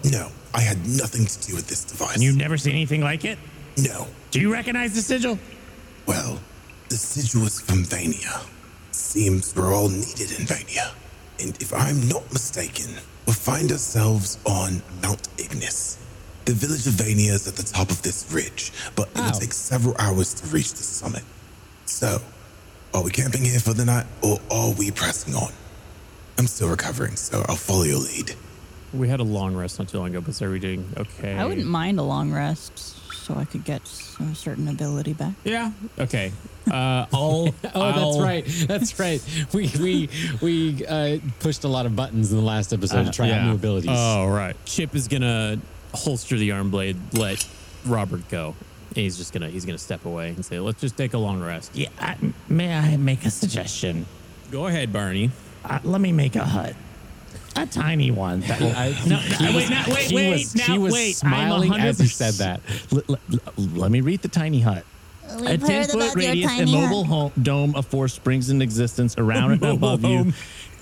S11: No, I had nothing to do with this device.
S8: And you've never seen anything like it?
S11: No.
S8: Do you recognize the sigil?
S11: Well, the sigil is from Vania. Seems we're all needed in Vania. And if I'm not mistaken, we'll find ourselves on Mount Ignis. The village of Vania is at the top of this ridge, but it will take several hours to reach the summit. So, are we camping here for the night, or are we pressing on? I'm still recovering, so I'll follow your lead.
S17: We had a long rest not too long ago, but is everything okay?
S6: I wouldn't mind a long rest so I could get some certain ability back.
S17: Yeah. Okay. Uh, I'll.
S4: Oh,
S17: I'll-
S4: that's right. That's right. We we we uh, pushed a lot of buttons in the last episode
S7: Uh,
S4: to try out new abilities.
S17: Uh, Oh, right. Chip is gonna holster the arm blade, let Robert go. And he's just gonna he's gonna step away and say, "Let's just take a long rest."
S8: Yeah. I, may I make a suggestion?
S17: Go ahead, Barney.
S8: Uh, let me make a hut. A tiny one. That will, no,
S4: he
S8: no,
S4: was-
S8: wait, no, wait,
S4: he
S8: wait,
S4: was-
S8: now,
S4: he was
S8: wait.
S4: smiling
S8: I'm 100%.
S4: as he said that.
S8: L- l- l- let me read the tiny hut.
S9: We've
S8: a
S9: heard
S8: 10 foot
S9: about your
S8: radius
S9: tiny
S8: immobile
S9: hut.
S8: home, dome of force springs into existence around and above you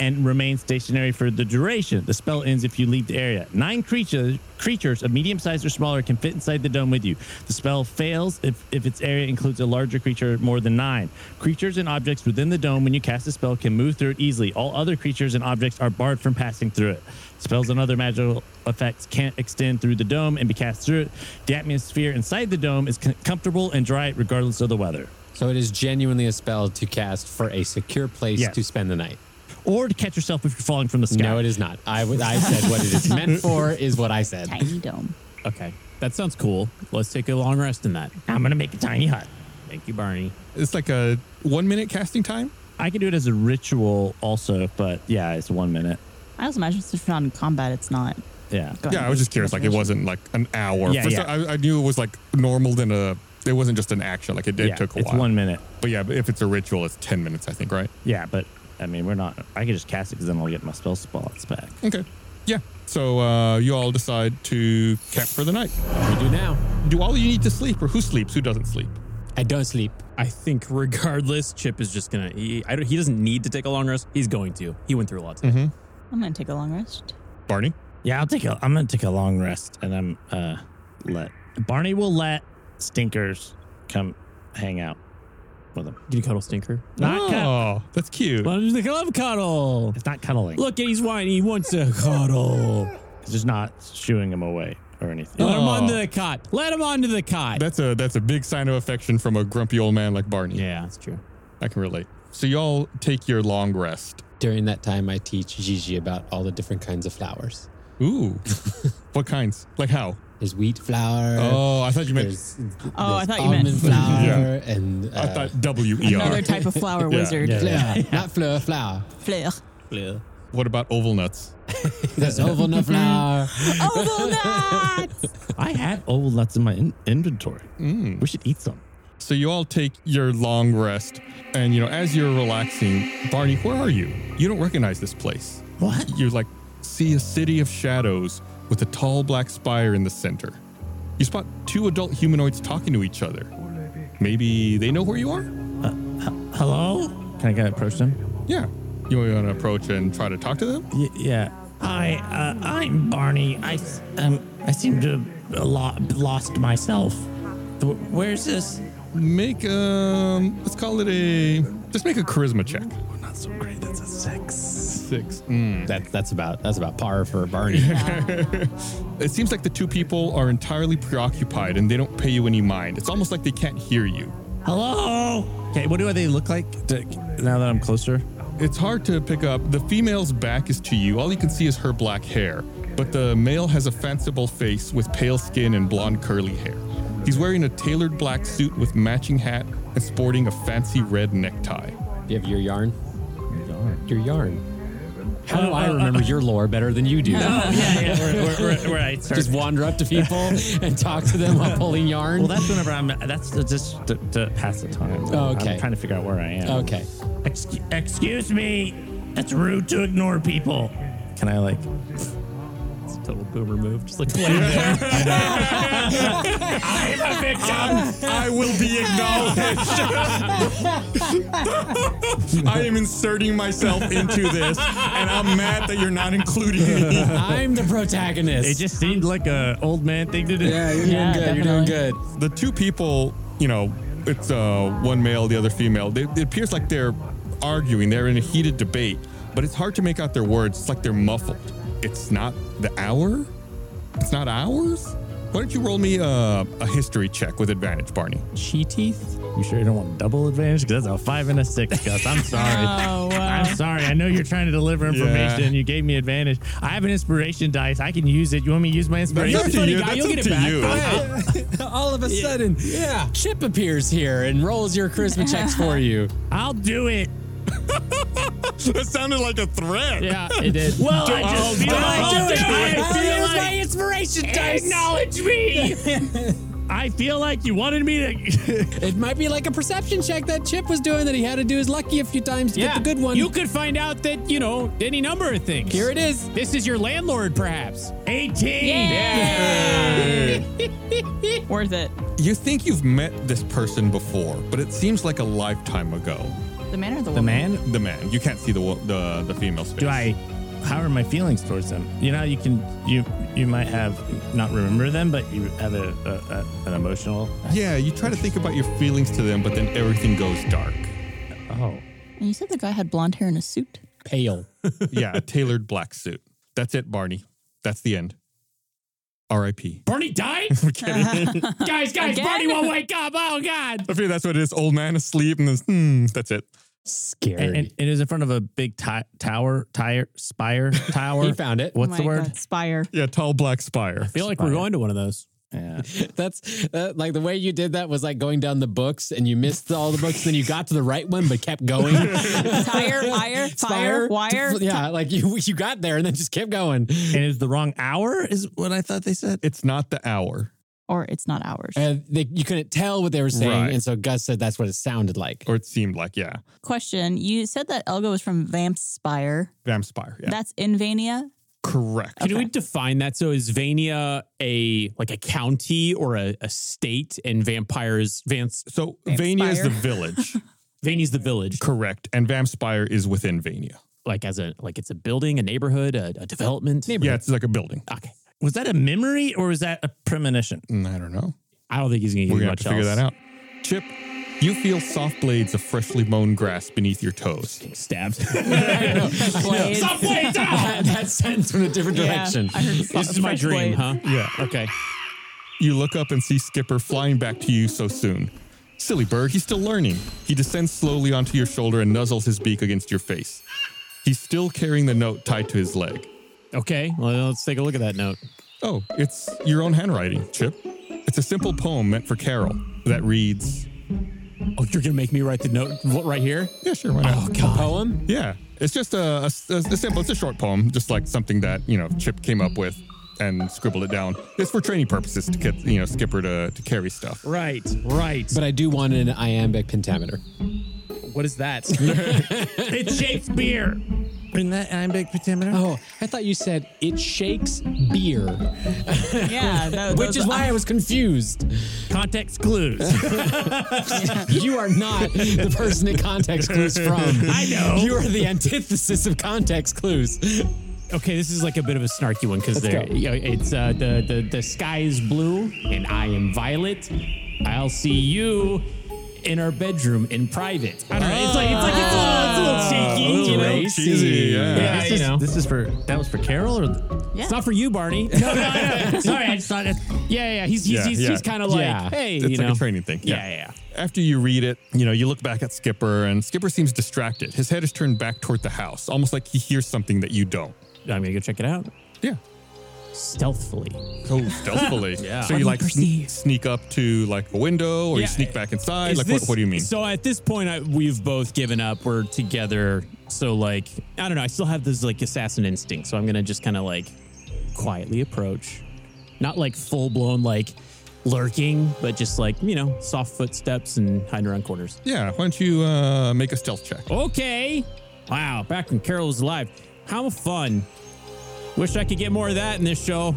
S8: and remains stationary for the duration. The spell ends if you leave the area. Nine creatures creatures of medium size or smaller can fit inside the dome with you. The spell fails if, if its area includes a larger creature more than nine. Creatures and objects within the dome when you cast a spell can move through it easily. All other creatures and objects are barred from passing through it. Spells and other magical effects can't extend through the dome and be cast through it. The atmosphere inside the dome is com- comfortable and dry regardless of the weather.
S4: So it is genuinely a spell to cast for a secure place
S8: Yes.
S4: to spend the night.
S8: Or to catch yourself if you're falling from the sky.
S4: No, it is not. I w- I said what it is meant for is what I said.
S6: Tiny dome.
S17: Okay, that sounds cool. Let's take a long rest in that.
S8: I'm gonna make a tiny hut.
S17: Thank you, Barney.
S5: It's like a one minute casting time?
S8: I can do it as a ritual also, but yeah, it's one minute.
S6: I also imagine since you're not in combat, it's not.
S8: Yeah.
S6: Go
S5: Yeah, I was just curious. Like, it wasn't like an hour.
S8: Yeah,
S5: First,
S8: yeah.
S5: I, I knew it was like normal than a. It wasn't just an action. Like, it, it
S8: Yeah,
S5: took a
S8: it's
S5: while.
S8: one minute.
S5: But yeah, but if it's a ritual, it's 10 minutes, I think, right?
S8: Yeah, but I mean, we're not. I can just cast it because then I'll get my spell spots back.
S5: Okay. Yeah. So uh, you all decide to camp for the night.
S4: We do now.
S5: Do all you need to sleep, or who sleeps? Who doesn't sleep?
S4: I don't sleep.
S17: I think regardless, Chip is just gonna. He, I don't, he doesn't need to take a long rest. He's going to. He went through a lot. Today.
S8: Mm-hmm.
S6: I'm gonna take a long rest.
S5: Barney.
S8: Yeah, I'll take a. I'm gonna take a long rest, and I'm uh let Barney will let Stinkers come hang out with him.
S17: Did you cuddle Stinker?
S8: Not cuddle.
S5: Oh, that's cute.
S17: Well, I love cuddle.
S8: It's not cuddling.
S17: Look, he's whiny. He wants a cuddle.
S8: It's just not shooing him away or anything.
S17: Let him onto the cot. Let him onto the cot.
S5: Oh. That's a that's a big sign of affection from a grumpy old man like Barney.
S17: Yeah, that's true.
S5: I can relate. So y'all take your long rest.
S4: During that time, I teach Gigi about all the different kinds of flowers.
S5: Ooh, what kinds? Like how?
S4: There's wheat flour.
S5: Oh, I thought you meant.
S4: There's,
S6: Oh, I
S4: there's
S6: thought you meant-
S4: almond flour
S5: Yeah.
S4: and
S5: I
S4: uh,
S5: thought W E R.
S6: Another type of flower
S5: Yeah.
S6: wizard.
S5: Yeah.
S4: flour, not flour, flour.
S6: Fleur.
S17: Fleur.
S5: What about oval nuts?
S4: There's oval nut flour.
S6: Oval nuts.
S8: I had oval nuts in my in- inventory. We should eat some.
S5: Mm. So you all take your long rest, and you know as you're relaxing, Barney, where are you? You don't recognize this place.
S8: What?
S5: You like see a city of shadows with a tall black spire in the center. You spot two adult humanoids talking to each other. Maybe they know where you are.
S8: Uh, Hello? Can I go approach them?
S5: Yeah. You want to approach and try to talk to them?
S8: Y- yeah. Hi, uh, I'm Barney. I s- um I seem to have a lot lost myself. Th- Where's this?
S5: Make um, let's call it a just make a charisma check.
S12: Not so great. That's a six.
S5: Six. Mm.
S4: That's that's about that's about par for Barney.
S5: It seems like the two people are entirely preoccupied and they don't pay you any mind. It's almost like they can't hear you.
S8: Hello. Okay, what do they look like? D- now that I'm closer,
S5: It's hard to pick up. The female's back is to you. All you can see is her black hair. But the male has a fanciful face with pale skin and blonde curly hair. He's wearing a tailored black suit with matching hat and sporting a fancy red necktie.
S4: Do you have your yarn? Your yarn. How do I remember your lore better than you do?
S7: Oh, yeah, yeah, we're- we're- we're- we're right, sorry.
S4: Just wander up to people and talk to them while pulling yarn.
S8: Well, that's whenever I'm. That's just to, to pass the time.
S4: Oh, okay.
S8: I'm trying to figure out where I am.
S4: Okay.
S8: Excuse, excuse me. That's rude to ignore people. Can I like? It's a total boomer move. Just like play there.
S7: I'm a victim.
S5: I will be acknowledged. I am inserting myself into this, and I'm mad that you're not including me.
S4: I'm the protagonist.
S5: It
S8: just seemed like a old man thing to do.
S4: Yeah, you're doing Yeah, good, you're doing definitely.
S5: good. The two people, you know, it's uh, one male, the other female. They, it appears like they're arguing. They're in a heated debate, but it's hard to make out their words. It's like they're muffled. It's not the hour. It's not hours. Why don't you roll me a, a history check with advantage, Barney?
S4: She teeth.
S8: You sure you don't want double advantage? Because that's a five and a six, Gus. I'm sorry.
S7: Oh, wow.
S8: I'm sorry. I know you're trying to deliver information.
S7: Yeah.
S8: You gave me advantage. I have an inspiration dice. I can use it. You want me to use my inspiration?
S4: You're a funny guy. You'll get it back. All of a sudden, yeah. Chip appears here and rolls your charisma checks for you.
S8: I'll do it.
S5: that sounded like a threat.
S4: Yeah, uh, it did.
S7: Well, I just feel like- I feel
S4: use
S7: like-
S4: my inspiration dice.
S7: Acknowledge me.
S8: I feel like you wanted me to.
S4: it might be like a perception check that Chip was doing that he had to do his lucky a few times to get the good one.
S7: You could find out that, you know, any number of things.
S4: Here it is.
S7: This is your landlord, perhaps.
S8: 18.
S6: Worth it.
S5: You think you've met this person before, but it seems like a lifetime ago.
S6: The man or the woman?
S5: The man. You can't see the wo- the the female space.
S8: Do I? How are my feelings towards them? You know, you can you you might have not remember them, but you have a, a, a an emotional.
S5: Yeah, you try to think about your feelings to them, but then everything goes dark.
S8: Oh.
S6: And you said the guy had blonde hair and a suit.
S4: Pale.
S5: yeah, a tailored black suit. That's it, Barney. That's the end. R.I.P.
S7: Barney died?
S5: kidding.
S7: guys, guys,
S5: Again?
S7: Barney won't wake up. Oh, God.
S5: I feel that's what it is. Old man asleep, and then hmm, that's it.
S4: Scary.
S8: And, and it is in front of a big ti- tower, tire, spire, tower.
S4: He found it.
S8: What's the
S6: My
S8: word?
S6: God, Spire.
S5: Yeah, tall black spire. I
S7: feel like we're going to one of those.
S8: Yeah.
S4: That's uh, like the way you did that was like going down the books and you missed all the books, then you got to the right one but kept going.
S6: Tire, fire, fire,
S4: Spire,
S6: wire.
S4: Yeah, like you you got there and then just kept going.
S8: And is the wrong hour is what I thought they said.
S5: It's not the hour.
S6: Or it's not ours.
S4: And they, you couldn't tell what they were saying,
S5: Right.
S4: and so Gus said that's what it sounded like.
S5: Or it seemed like, yeah.
S6: Question. You said that Elga was from Vampspire.
S5: Vampspire. Yeah.
S6: That's in Vania.
S5: Correct.
S7: Can we define that? So is Vania a like a county or a, a state and vampires Vance
S5: So Vania is the village.
S7: Vania's the village.
S5: Correct. And Vampspire is within Vania.
S7: Like as a like it's a building, a neighborhood, a, a development.
S5: Yeah, it's like a building.
S7: Okay.
S8: Was that a memory or was that a premonition?
S4: Mm,
S5: I don't know.
S7: I don't think he's gonna give
S5: We're
S7: you
S5: gonna have
S7: much
S5: to figure
S7: else.
S5: that out. Chip, you feel soft blades of freshly mown grass beneath your toes.
S7: Stabbed.
S6: Blades.
S7: Stop blades out!
S4: that sentence from a different
S7: Yeah,
S4: direction.
S7: I heard This is my fresh dream, blade. huh?
S5: Yeah.
S7: Okay.
S5: You look up and see Skipper flying back to you so soon. Silly bird, he's still learning. He descends slowly onto your shoulder and nuzzles his beak against your face. He's still carrying the note tied to his leg.
S7: Okay. Well let's take a look at that note.
S5: Oh, it's your own handwriting, Chip. It's a simple poem meant for Carol that reads
S7: Oh, you're gonna make me write the note what, right here?
S5: Yeah, sure. Why not?
S7: Oh god.
S4: poem?
S5: Yeah, it's just a, a, a simple, it's a short poem, just like something that you know Chip came up with and scribbled it down. It's for training purposes to get you know Skipper to, to carry stuff.
S7: Right, right.
S4: But I do want an iambic pentameter.
S7: What is that?
S8: it's Shakespeare. Isn't that iambic pentameter?
S4: Oh, I thought you said it shakes beer.
S6: Yeah, that-
S4: which is why I was confused.
S8: Context clues.
S4: You are not the person that context clues from.
S7: I know.
S4: You are the antithesis of context clues.
S7: Okay, this is like a bit of a snarky one because
S4: Let's
S7: there,
S4: go.
S7: you know, it's uh, the, the the sky is blue and I am violet. I'll see you in our bedroom in private. I don't know. It's like it's like it's a little, it's a little shaky.
S5: Oh,
S7: you know?
S4: Ah. Cheesy.
S8: Yeah,
S4: Yeah,
S8: this,
S4: you
S8: is,
S4: know.
S8: this is for that was for Carol or
S7: It's not for you, Barney. No, no, no. Sorry, I just thought. It, yeah, yeah. He's he's,
S5: Yeah,
S7: he's,
S5: yeah.
S7: he's kind of like,
S5: Yeah.
S7: hey,
S5: it's
S7: you
S5: like
S7: know,
S5: a training thing.
S7: Yeah, yeah.
S5: After you read it, you know, you look back at Skipper, and Skipper seems distracted. His head is turned back toward the house, almost like he hears something that you don't.
S7: I'm gonna go check it out.
S5: Yeah.
S7: Stealthily.
S5: Oh, stealthily.
S7: Yeah.
S5: So you like sne- sneak up to like a window, or you
S7: Yeah.
S5: sneak back inside.
S7: Is
S5: like,
S7: this-
S5: what, what do you mean?
S7: So at this point, I, we've both given up. We're together. So like, I don't know. I still have this like assassin instinct. So I'm gonna just kind of like quietly approach, not like full blown like lurking, but just like you know soft footsteps and hiding around corners.
S5: yeah. Why don't you uh, make a stealth check?
S7: Okay. Wow. Back when Carol was alive. How fun. Wish I could get more of that in this show.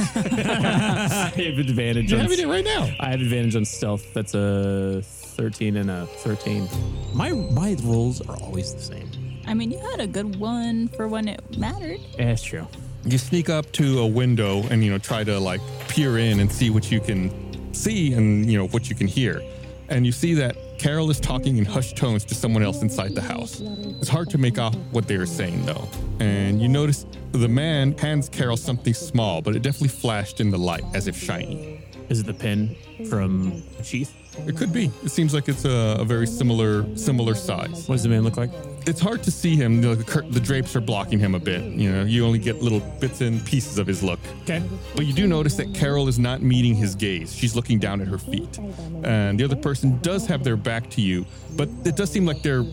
S7: I have advantage.
S5: You're
S7: on-
S5: having it right now.
S7: I have advantage on stealth. That's a thirteen and a thirteen. My my rolls are always the same.
S6: I mean, you had a good one for when it mattered.
S7: That's true.
S5: You sneak up to a window and you know try to like peer in and see what you can see and you know what you can hear. And you see that Carol is talking in hushed tones to someone else inside the house. It's hard to make out what they are saying though. And you notice the man hands Carol something small, but it definitely flashed in the light as if shiny.
S7: Is it the pin from Sheath?
S5: It could be. It seems like it's a, a very similar similar size.
S7: What does the man look like?
S5: It's hard to see him. You know, the, cur- the drapes are blocking him a bit. You know, you only get little bits and pieces of his look.
S7: Okay.
S5: But you do notice that Carol is not meeting his gaze. She's looking down at her feet. And the other person does have their back to you, but it does seem like they're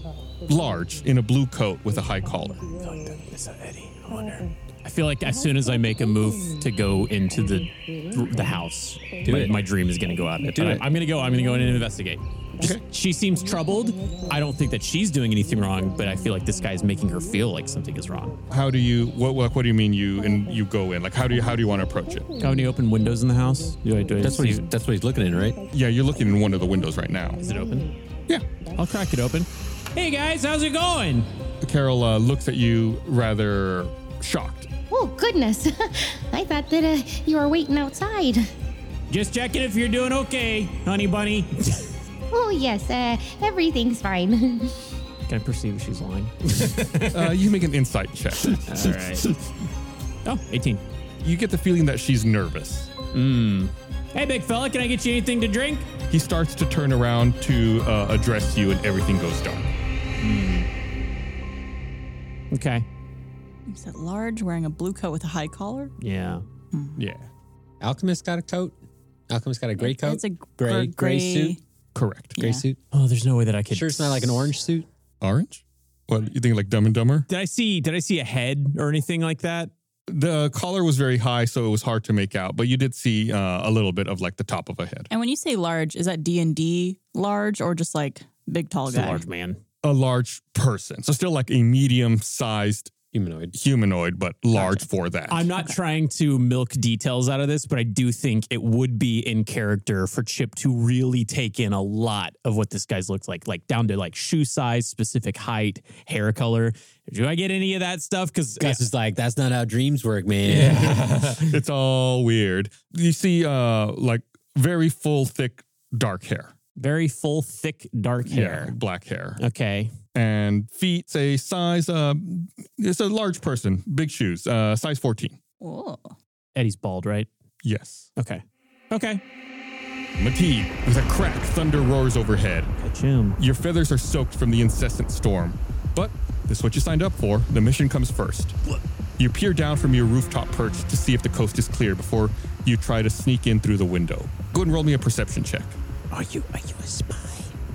S5: large in a blue coat with a high collar.
S7: I feel like as soon as I make a move to go into the the house,
S18: Do
S7: my,
S18: it.
S7: my dream is going to go out.
S18: Do
S7: But I-
S18: it.
S7: I'm going to go. I'm going to go in and investigate. Just- She seems troubled. I don't think that she's doing anything wrong, but I feel like this guy is making her feel like something is wrong.
S5: How do you what what, what do you mean you and you go in? Like how do you how do you want to approach it?
S7: How many open windows in the house? Do I, do I
S5: That's what
S7: see-
S5: he's- that's what he's looking in, right? Yeah, you're looking in one of the windows right now.
S7: Is it open?
S5: Yeah.
S7: I'll crack it open. Hey guys, how's it going?
S5: Carol uh, looks at you rather shocked.
S10: Oh, goodness. I thought that uh, you were waiting outside.
S7: Just checking if you're doing okay, honey bunny.
S10: Oh, yes. Uh, everything's fine.
S7: Can I perceive if she's lying?
S5: Uh, you make an insight check.
S7: All right. Oh, 18.
S5: You get the feeling that she's nervous.
S7: Mm. Hey, big fella, can I get you anything to drink?
S5: He starts to turn around to uh, address you, and everything goes dark.
S7: Okay.
S6: Is that large, wearing a blue coat with a high collar?
S7: Yeah.
S5: Yeah.
S4: Alchemist got a coat. Alchemist got a gray coat.
S6: It's a
S4: gray,
S6: gr-
S4: gray
S6: gray-
S4: suit.
S5: Correct.
S4: Gray suit.
S7: Oh, there's no way that I could.
S4: Sure, it's not like an orange suit.
S5: Orange? What you think, like Dumb and Dumber?
S7: Did I see? Did I see a head or anything like that?
S5: The collar was very high, so it was hard to make out, but you did see uh, a little bit of like the top of a head.
S6: And when you say large, is that D and D large or just like big tall
S7: It's a
S6: guy?
S7: large man.
S5: A large person, so still like a medium-sized
S4: humanoid,
S5: humanoid, but large for that.
S7: I'm not trying to milk details out of this, but I do think it would be in character for Chip to really take in a lot of what this guy's looks like, like down to like shoe size, specific height, hair color. Do I get any of that stuff? Because
S4: Gus is like, that's not how dreams work, man.
S5: it's all weird. You see, uh, like very full, thick, dark hair.
S7: very full, thick, dark
S5: Yeah,
S7: hair.
S5: black hair.
S7: Okay.
S5: And feet, say size. Uh, it's a large person, big shoes, uh, size 14.
S6: Oh.
S7: Eddie's bald, right?
S5: Yes.
S7: Okay. Okay.
S5: Mateed, with a crack, thunder roars overhead. Your feathers are soaked from the incessant storm. But this is what you signed up for. The mission comes first. You peer down from your rooftop perch to see if the coast is clear before you try to sneak in through the window. Go ahead and roll me a perception check.
S18: Are you are you a spy?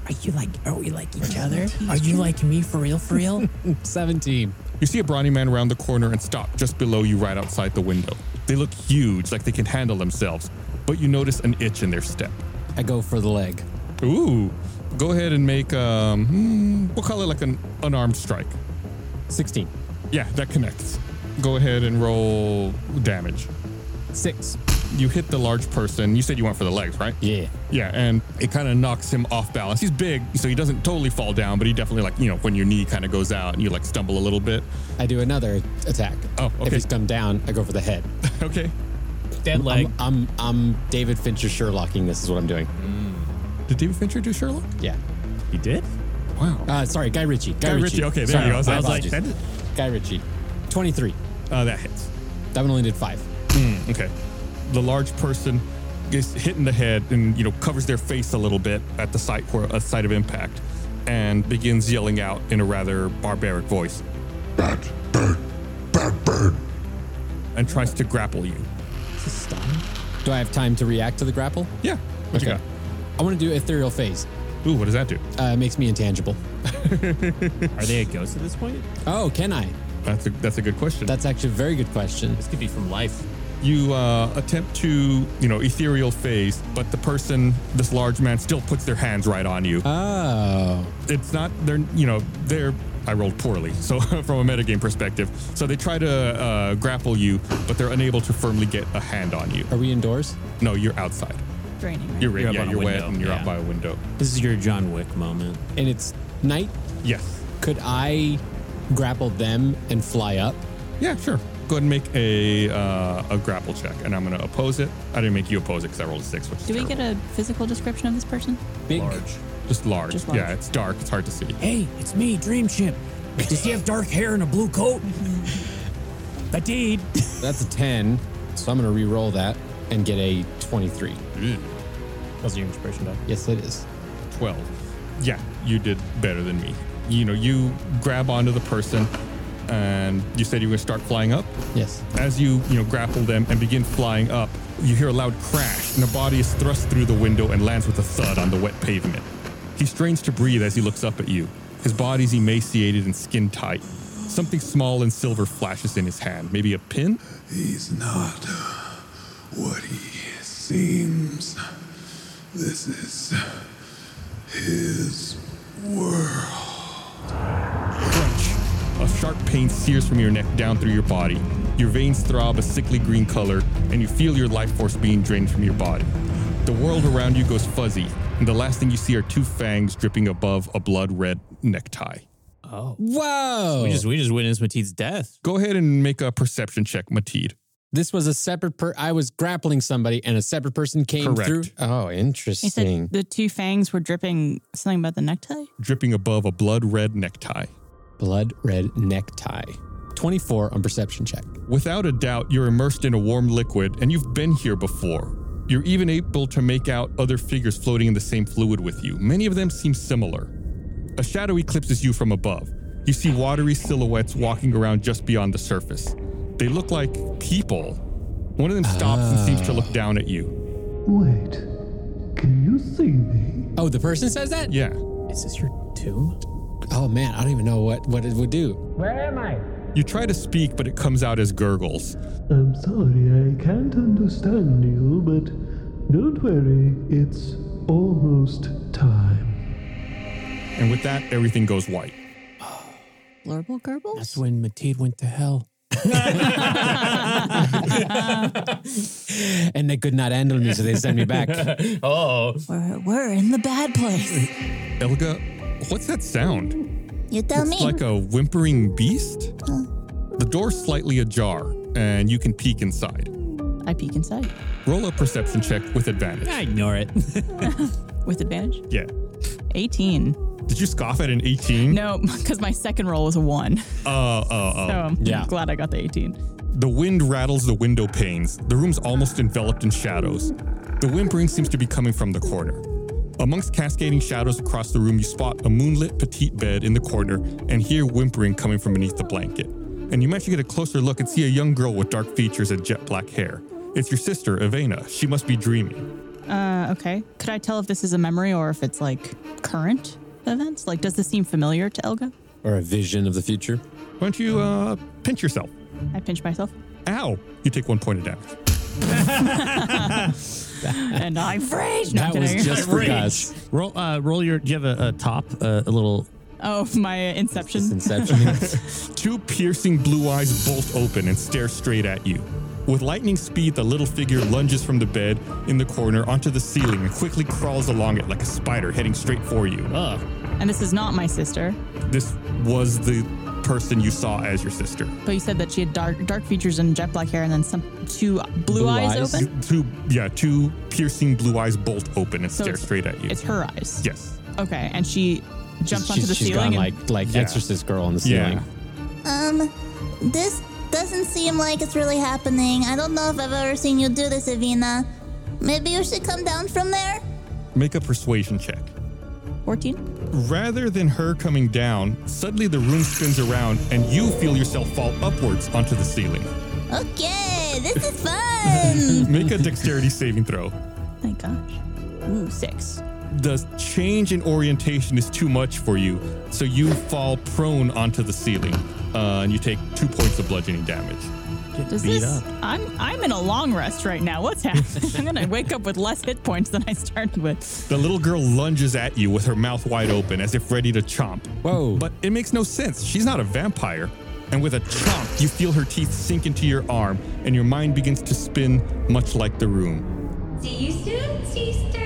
S18: Are you like are we like each other? Are you like me for real for real?
S4: 17.
S5: You see a brawny man around the corner and stop just below you right outside the window. They look huge, like they can handle themselves, but you notice an itch in their step.
S4: I go for the leg.
S5: Ooh. Go ahead and make, um, hmm, we'll call it like an unarmed strike.
S4: 16.
S5: Yeah, that connects. Go ahead and roll damage.
S4: Six.
S5: You hit the large person. You said you went for the legs, right?
S4: Yeah.
S5: Yeah, and it kind of knocks him off balance. He's big, so he doesn't totally fall down, but he definitely, like, you know, when your knee kind of goes out and you, like, stumble a little bit.
S4: I do another attack.
S5: Oh,
S4: If
S5: okay.
S4: he's dumbed down, I go for the head.
S5: okay.
S7: Dead leg.
S4: I'm, I'm, I'm David Fincher Sherlocking. This is what I'm doing.
S5: Did David Fincher do Sherlock?
S4: Yeah.
S7: He did?
S5: Wow.
S4: Uh, sorry, Guy Ritchie. Guy,
S5: Guy
S4: Ritchie.
S5: Ritchie, okay, there
S4: Sorry,
S5: you go. I was
S4: my
S5: like,
S4: apologies.
S5: that is-
S4: Guy Ritchie. 23.
S5: Uh, that hits. Mm,
S4: That one only did five.
S5: okay. The large person gets hit in the head and you know covers their face a little bit at the site where a site of impact, and begins yelling out in a rather barbaric voice. Bad bird, bad bird, and tries to grapple you.
S4: Do I have time to react to the grapple?
S5: Yeah. What you got?
S4: I want to do ethereal phase.
S5: Ooh, what does that do?
S4: Uh, it makes me intangible.
S17: Are they a ghost at this point?
S4: Oh, can I?
S5: That's a, that's a good question.
S4: That's actually a very good question.
S17: This could be from life.
S5: You uh, attempt to, you know, ethereal phase, but the person, this large man, still puts their hands right on you.
S4: Oh.
S5: It's not, they're, you know, they're, I rolled poorly. So, from a metagame perspective. So, they try to uh, grapple you, but they're unable to firmly get a hand on you. Are
S4: we indoors?
S5: No, you're outside.
S6: Draining.
S5: You're,
S17: You're
S5: in,
S17: up
S5: yeah,
S17: on a
S5: you're wet
S17: window,
S5: and you're
S17: yeah.
S5: out by a window.
S17: This is your John Wick moment.
S4: And it's night?
S5: Yes.
S4: Could I grapple them and fly up?
S5: Yeah, sure. Go ahead and make a uh, a grapple check, and I'm going to oppose it. I didn't make you oppose it because I rolled a six, which is
S6: Do we
S5: terrible.
S6: get a physical description of this person?
S4: Big.
S5: Large. Just large.
S6: Just large.
S5: Yeah, it's dark. It's hard to see.
S7: Hey, it's me, Dream Ship. Does he have dark hair and a blue coat? I did.
S4: That's a 10. So I'm going to re roll that and get a 23.
S17: That's your inspiration die.
S4: Yes, it is.
S5: 12. Yeah, you did better than me. You know, you grab onto the person and you said you were going to start flying up.
S4: Yes.
S5: As you, you know, grapple them and begin flying up, you hear a loud crash and the body is thrust through the window and lands with a thud on the wet pavement. He strains to breathe as he looks up at you. His body's emaciated and skin tight. Something small and silver flashes in his hand, maybe a pin?
S11: He's not what he seems. This is his world.
S5: A sharp pain sears from your neck down through your body. Your veins throb a sickly green color, and you feel your life force being drained from your body. The world around you goes fuzzy, and the last thing you see are two fangs dripping above a blood red necktie.
S17: Oh.
S4: Whoa.
S17: We just we just witnessed Mateed's death.
S5: Go ahead and make a perception check, Mateed.
S4: This was a separate per I was grappling somebody and a separate person came
S5: Correct.
S4: through. Oh,
S6: You
S4: interesting.
S6: said the two fangs were dripping something about the necktie?
S5: Dripping above a blood red necktie.
S4: Blood red necktie. 24 on perception check.
S5: Without a doubt, you're immersed in a warm liquid, and you've been here before. You're even able to make out other figures floating in the same fluid with you. Many of them seem similar. A shadow eclipses you from above. You see watery silhouettes walking around just beyond the surface. They look like people. One of them stops and seems to look down at you.
S19: Wait, can you see me?
S4: Oh, the person says that?
S5: Yeah.
S4: Is this your tomb? Oh man, I don't even know what what it would do.
S19: Where am I?
S5: You try to speak, but it comes out as gurgles.
S19: I'm sorry, I can't understand you, but don't worry, it's almost time.
S5: And with that, everything goes white.
S6: Blurble Gerbil?
S7: That's when Mateed went to hell.
S4: And they could not handle me, so they send me back.
S5: oh.
S6: We're, we're in the bad place.
S5: Elga, what's that sound?
S9: You tell
S5: it's
S9: me.
S5: like a whimpering beast. The door's slightly ajar, and you can peek inside.
S6: I peek inside.
S5: Roll a perception check with advantage.
S17: I ignore it.
S6: With advantage?
S5: Yeah.
S6: 18.
S5: Did you scoff at an 18?
S6: No, because my second roll was a 1.
S5: Oh, oh, oh.
S6: So I'm glad I got the 18.
S5: The wind rattles the window panes. The room's almost enveloped in shadows. The whimpering seems to be coming from the corner. Amongst cascading shadows across the room, you spot a moonlit petite bed in the corner and hear whimpering coming from beneath the blanket. And you manage to get a closer look and see a young girl with dark features and jet black hair. It's your sister, Ivana. She must be dreaming.
S6: Uh, okay. Could I tell if this is a memory or if it's like current events? Like, does this seem familiar to Elga?
S4: Or a vision of the future.
S5: Why don't you uh, pinch yourself?
S6: I pinch myself
S5: Ow! You take one point of damage.
S6: and I rage. No,
S3: That
S6: I'm
S3: was
S6: kidding.
S3: just for Gus. Roll, uh, roll your. Do you have a, a top? Uh, a little.
S6: Oh, my inception.
S5: Two piercing blue eyes bolt open and stare straight at you. With lightning speed, the little figure lunges from the bed in the corner onto the ceiling and quickly crawls along it like a spider heading straight for you.
S6: and this is not my sister,
S5: This was the person you saw as your sister.
S6: but you said that she had dark dark features and jet black hair, and then some two blue, eyes, open.
S5: Two, yeah, two piercing blue eyes bolt open and
S6: So
S5: stare
S6: it's-
S5: straight at you.
S6: It's her eyes.
S5: Yes.
S6: Okay, and she Jumps
S4: She's-
S6: onto the
S4: she's
S6: ceiling.
S4: gone
S6: and-
S4: like like Exorcist girl on the
S5: Yeah.
S4: ceiling.
S9: Um, this doesn't seem like it's really happening. I don't know if I've ever seen you do this, Evina. Maybe you should come down from there?
S5: Make a persuasion check.
S6: 14?
S5: Rather than her coming down, suddenly the room spins around and you feel yourself fall upwards onto the ceiling.
S9: Okay, this is fun!
S5: Make a dexterity saving throw.
S6: My gosh. Ooh, six.
S5: The change in orientation is too much for you, so you fall prone onto the ceiling uh, and you take two points of bludgeoning damage.
S6: Does this? I'm I'm in a long rest right now. What's happening? I'm gonna wake up with less hit points than I started with.
S5: The little girl lunges at you with her mouth wide open as if ready to chomp.
S4: Whoa.
S5: But it makes no sense. She's not a vampire. And with a chomp, you feel her teeth sink into your arm, and your mind begins to spin much like the room.
S20: See you soon, sister.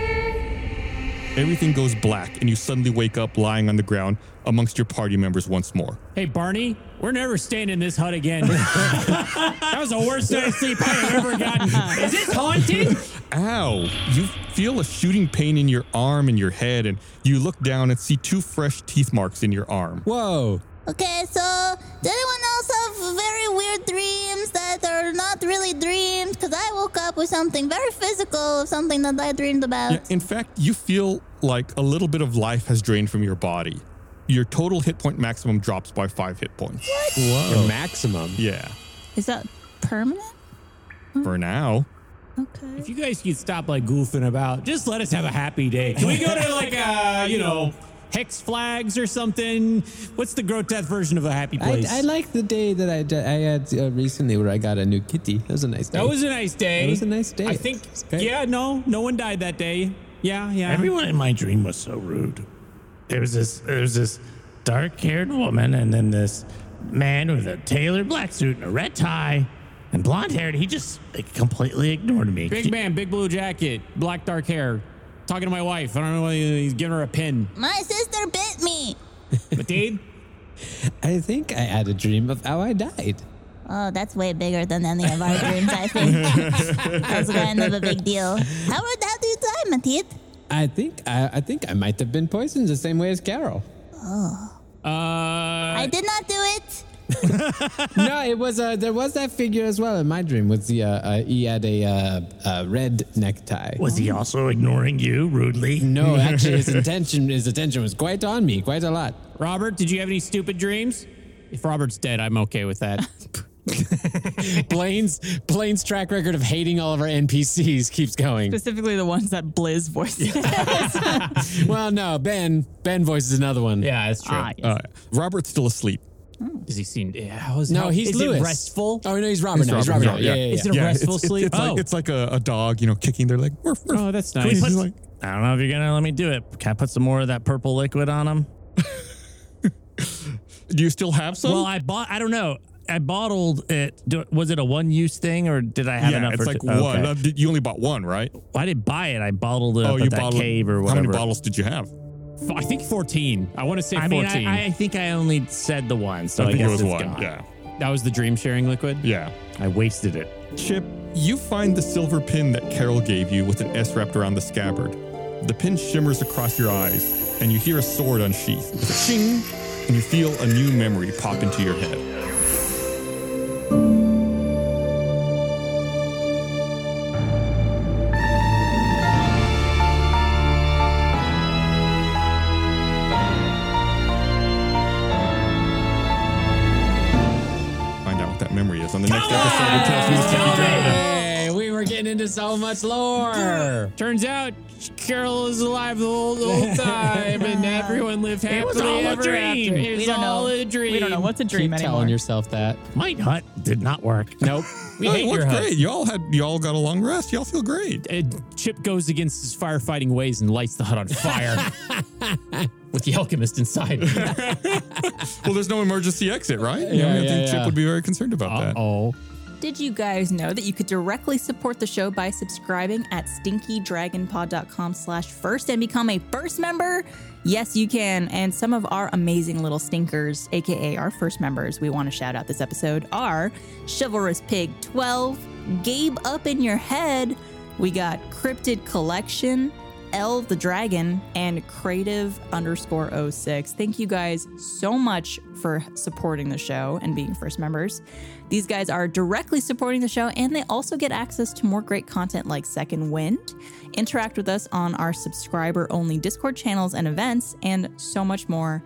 S5: Everything goes black, and you suddenly wake up lying on the ground amongst your party members once more.
S7: Hey, Barney, we're never staying in this hut again. that was the worst night's sleep I have ever gotten. Is this haunted?
S5: Ow! You feel a shooting pain in your arm and your head, and you look down and see two fresh teeth marks in your arm.
S4: Whoa!
S9: Okay, so did anyone else have very weird dreams that are not really dreams? Because I woke up with something very physical of something that I dreamed about.
S5: Yeah, in fact, you feel like a little bit of life has drained from your body. Your total hit point maximum drops by five hit points. What?
S4: Whoa. Your maximum?
S5: Yeah.
S6: Is that permanent?
S5: For now.
S7: If you guys could stop like goofing about, just let us have a happy day. Can we go to like uh, you know, hex flags or something? What's the grotesque version of a happy
S4: I,
S7: place?
S4: I like the day that I, d- I had uh, recently where I got a new kitty. That was a nice day.
S7: that was a nice day.
S4: That was a nice day.
S7: I think. Yeah, no, no one died that day. Yeah, yeah.
S8: Everyone in my dream was so rude. There was this there was this dark haired woman and then this man with a tailored black suit and a red tie and blonde hair and he just like, completely ignored me.
S7: Big man, big blue jacket, black dark hair. Talking to my wife. I don't know why he's giving her a pin.
S9: My sister bit me!
S7: Mateen?
S4: I think I had a dream of how I died.
S9: Oh, that's way bigger than any of our dreams, I think. that's kind of a big deal. How, would- how do you die, Matit?
S4: I think I, I think I might have been poisoned the same way as Carol.
S9: Oh.
S7: Uh,
S9: I did not do it.
S4: no, it was uh, there was that figure as well in my dream. Was the uh, uh, he had a uh, uh, red necktie?
S8: Was he also ignoring you rudely?
S4: No, actually, his intention his attention was quite on me, quite a lot.
S7: Robert, did you have any stupid dreams? If Robert's dead, I'm okay with that.
S4: Blaine's Blaine's track record of hating all of our NPCs keeps going.
S6: Specifically the ones that Blizz voices.
S4: well, no, Ben Ben voices another one.
S7: Yeah, that's true. Ah, yes.
S5: Uh, Robert's still asleep.
S7: Does he seem? How is
S4: no,
S7: how-
S4: he's
S7: is it
S4: Lewis.
S7: restful?
S4: Oh no, he's Robert now. He's Robert now. Yeah, yeah, yeah.
S5: it's, it's- It's,
S8: Oh.
S5: like, it's like a, a dog, you know, kicking their leg. Murph, murph.
S7: Oh, that's
S5: Please,
S8: Can we put-
S5: like-
S8: I don't know if you're gonna let me do it. Can I put some more of that purple liquid on him?
S5: do you still have some?
S8: Well, I bought. I don't know. I bottled it. Do, was it a one-use thing, or did I have
S5: yeah,
S8: enough?
S5: it's
S8: for
S5: like
S8: two-
S5: one.
S8: okay.
S5: Uh, did- You only bought one, right?
S8: Well, I didn't buy it. I bottled it up at that cave
S5: Oh,
S8: or
S5: How many
S8: whatever.
S5: bottles did you have?
S7: F- I think 14. I want to say
S8: I
S7: 14.
S8: mean, I, I think I only said the one, so I,
S5: think it
S8: guess
S5: was
S8: it's
S5: one.
S8: gone.
S5: Yeah.
S7: That was the dream sharing liquid?
S5: Yeah.
S8: I wasted it.
S5: Chip, you find the silver pin that Carol gave you with an S wrapped around the scabbard. The pin shimmers across your eyes, and you hear a sword unsheathed. With a ching, and you feel a new memory pop into your head. Find out what that memory is on the next episode of Tales from the Tiki Dragon.
S4: Hey, we were getting into so much lore.
S7: Turns out Carol was alive the whole, the whole time and everyone lived happily
S8: It was all a
S7: ever
S8: dream.
S7: after. It was
S8: We don't
S7: all
S8: know.
S7: a dream.
S8: We don't know what's a dream
S4: Keep
S8: anymore.
S4: telling yourself that.
S8: My nut did not work.
S4: Nope.
S7: We
S5: No,
S7: hate
S5: it
S7: your
S5: worked
S7: hut.
S5: great. Y'all had y'all got a long rest. Y'all feel great.
S7: Uh, Chip goes against his firefighting ways and lights the hut on fire with the alchemist inside.
S5: Well, there's no emergency exit, right? You know,
S7: Yeah,
S5: I
S7: yeah,
S5: think
S7: yeah.
S5: Chip would be very concerned about that.
S7: Oh.
S6: Did you guys know that you could directly support the show by subscribing at stinkydragonpod.com slash first and become a first member? Yes, you can. And some of our amazing little stinkers, aka our first members, we want to shout out this episode are Chivalrous Pig 12, Gabe Up in Your Head, we got Cryptid Collection, L the Dragon and Creative underscore 06. Thank you guys so much for supporting the show and being first members. These guys are directly supporting the show and they also get access to more great content like Second Wind, interact with us on our subscriber only Discord channels and events, and so much more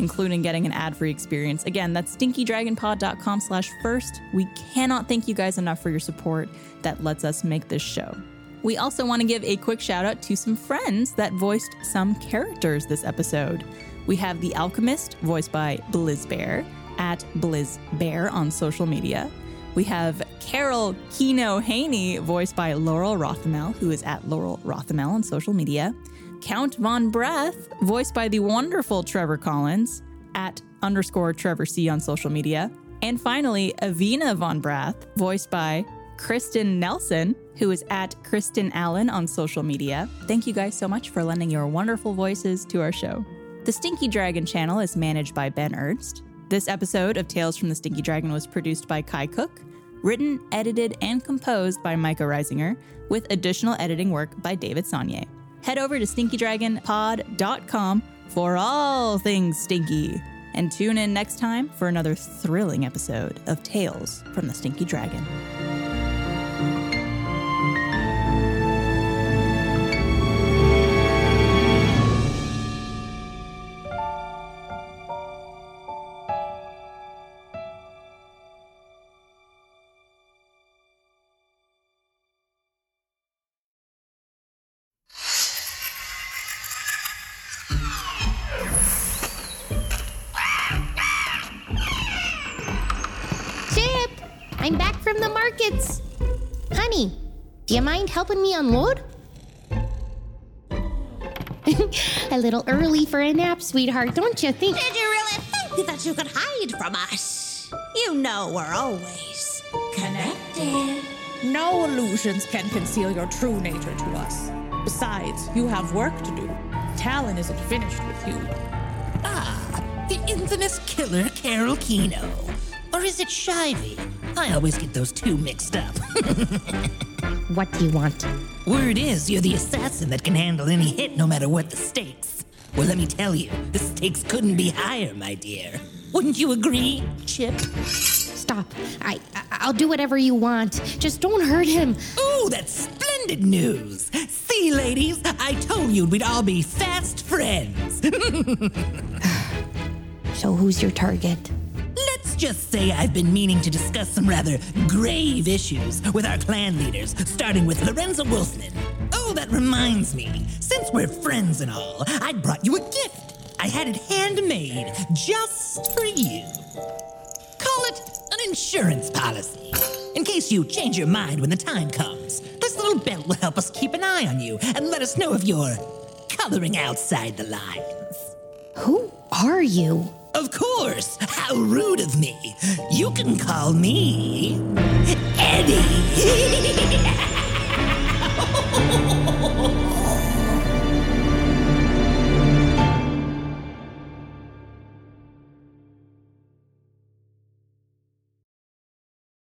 S6: including getting an ad-free experience. Again, that's stinkydragonpod.com slash first. We cannot thank you guys enough for your support that lets us make this show. We also want to give a quick shout out to some friends that voiced some characters this episode. We have The Alchemist, voiced by Blizz Bear, at Blizz Bear on social media. We have Carol Kino Haney, voiced by Laurel Rothamel, who is at Laurel Rothamel on social media. Count Von Breath, voiced by the wonderful Trevor Collins at underscore Trevor C on social media. And finally, Avina Von Breath, voiced by Kristen Nelson, who is at Kristen Allen on social media. Thank you guys so much for lending your wonderful voices to our show. The Stinky Dragon channel is managed by Ben Ernst. This episode of Tales from the Stinky Dragon was produced by Kai Cook, written, edited, and composed by Micah Reisinger, with additional editing work by David Saunier head over to stinkydragonpod.com for all things stinky. And tune in next time for another thrilling episode of Tales from the Stinky Dragon.
S10: Chip, I'm back from the markets. Honey, do you mind helping me unload? a little early for a nap, sweetheart, don't you think?
S18: Did you really think that you could hide from us? You know we're always connected.
S21: No illusions can conceal your true nature to us. Besides, you have work to do. Talon isn't finished with you. Ah.
S18: The infamous killer Carol Kino. Or is it Shivey? I always get those two mixed up.
S10: what do you want?
S18: Word is, you're the assassin that can handle any hit no matter what the stakes. Well, let me tell you, the stakes couldn't be higher, my dear. Wouldn't you agree, Chip?
S10: Stop. I, I- I'll do whatever you want. Just don't hurt him.
S18: Ooh, that's Splendid news! See, ladies, I told you we'd all be fast friends.
S10: So who's your target?
S18: Let's just say I've been meaning to discuss some rather grave issues with our clan leaders, starting with Lorenzo Wolfman. Oh, that reminds me. Since we're friends and all, I brought you a gift. I had it handmade just for you. Call it an insurance policy. In case you change your mind when the time comes, this little belt will help us keep an eye on you and let us know if you're coloring outside the lines.
S10: Who are you?
S18: Of course! How rude of me! You can call me Eddie!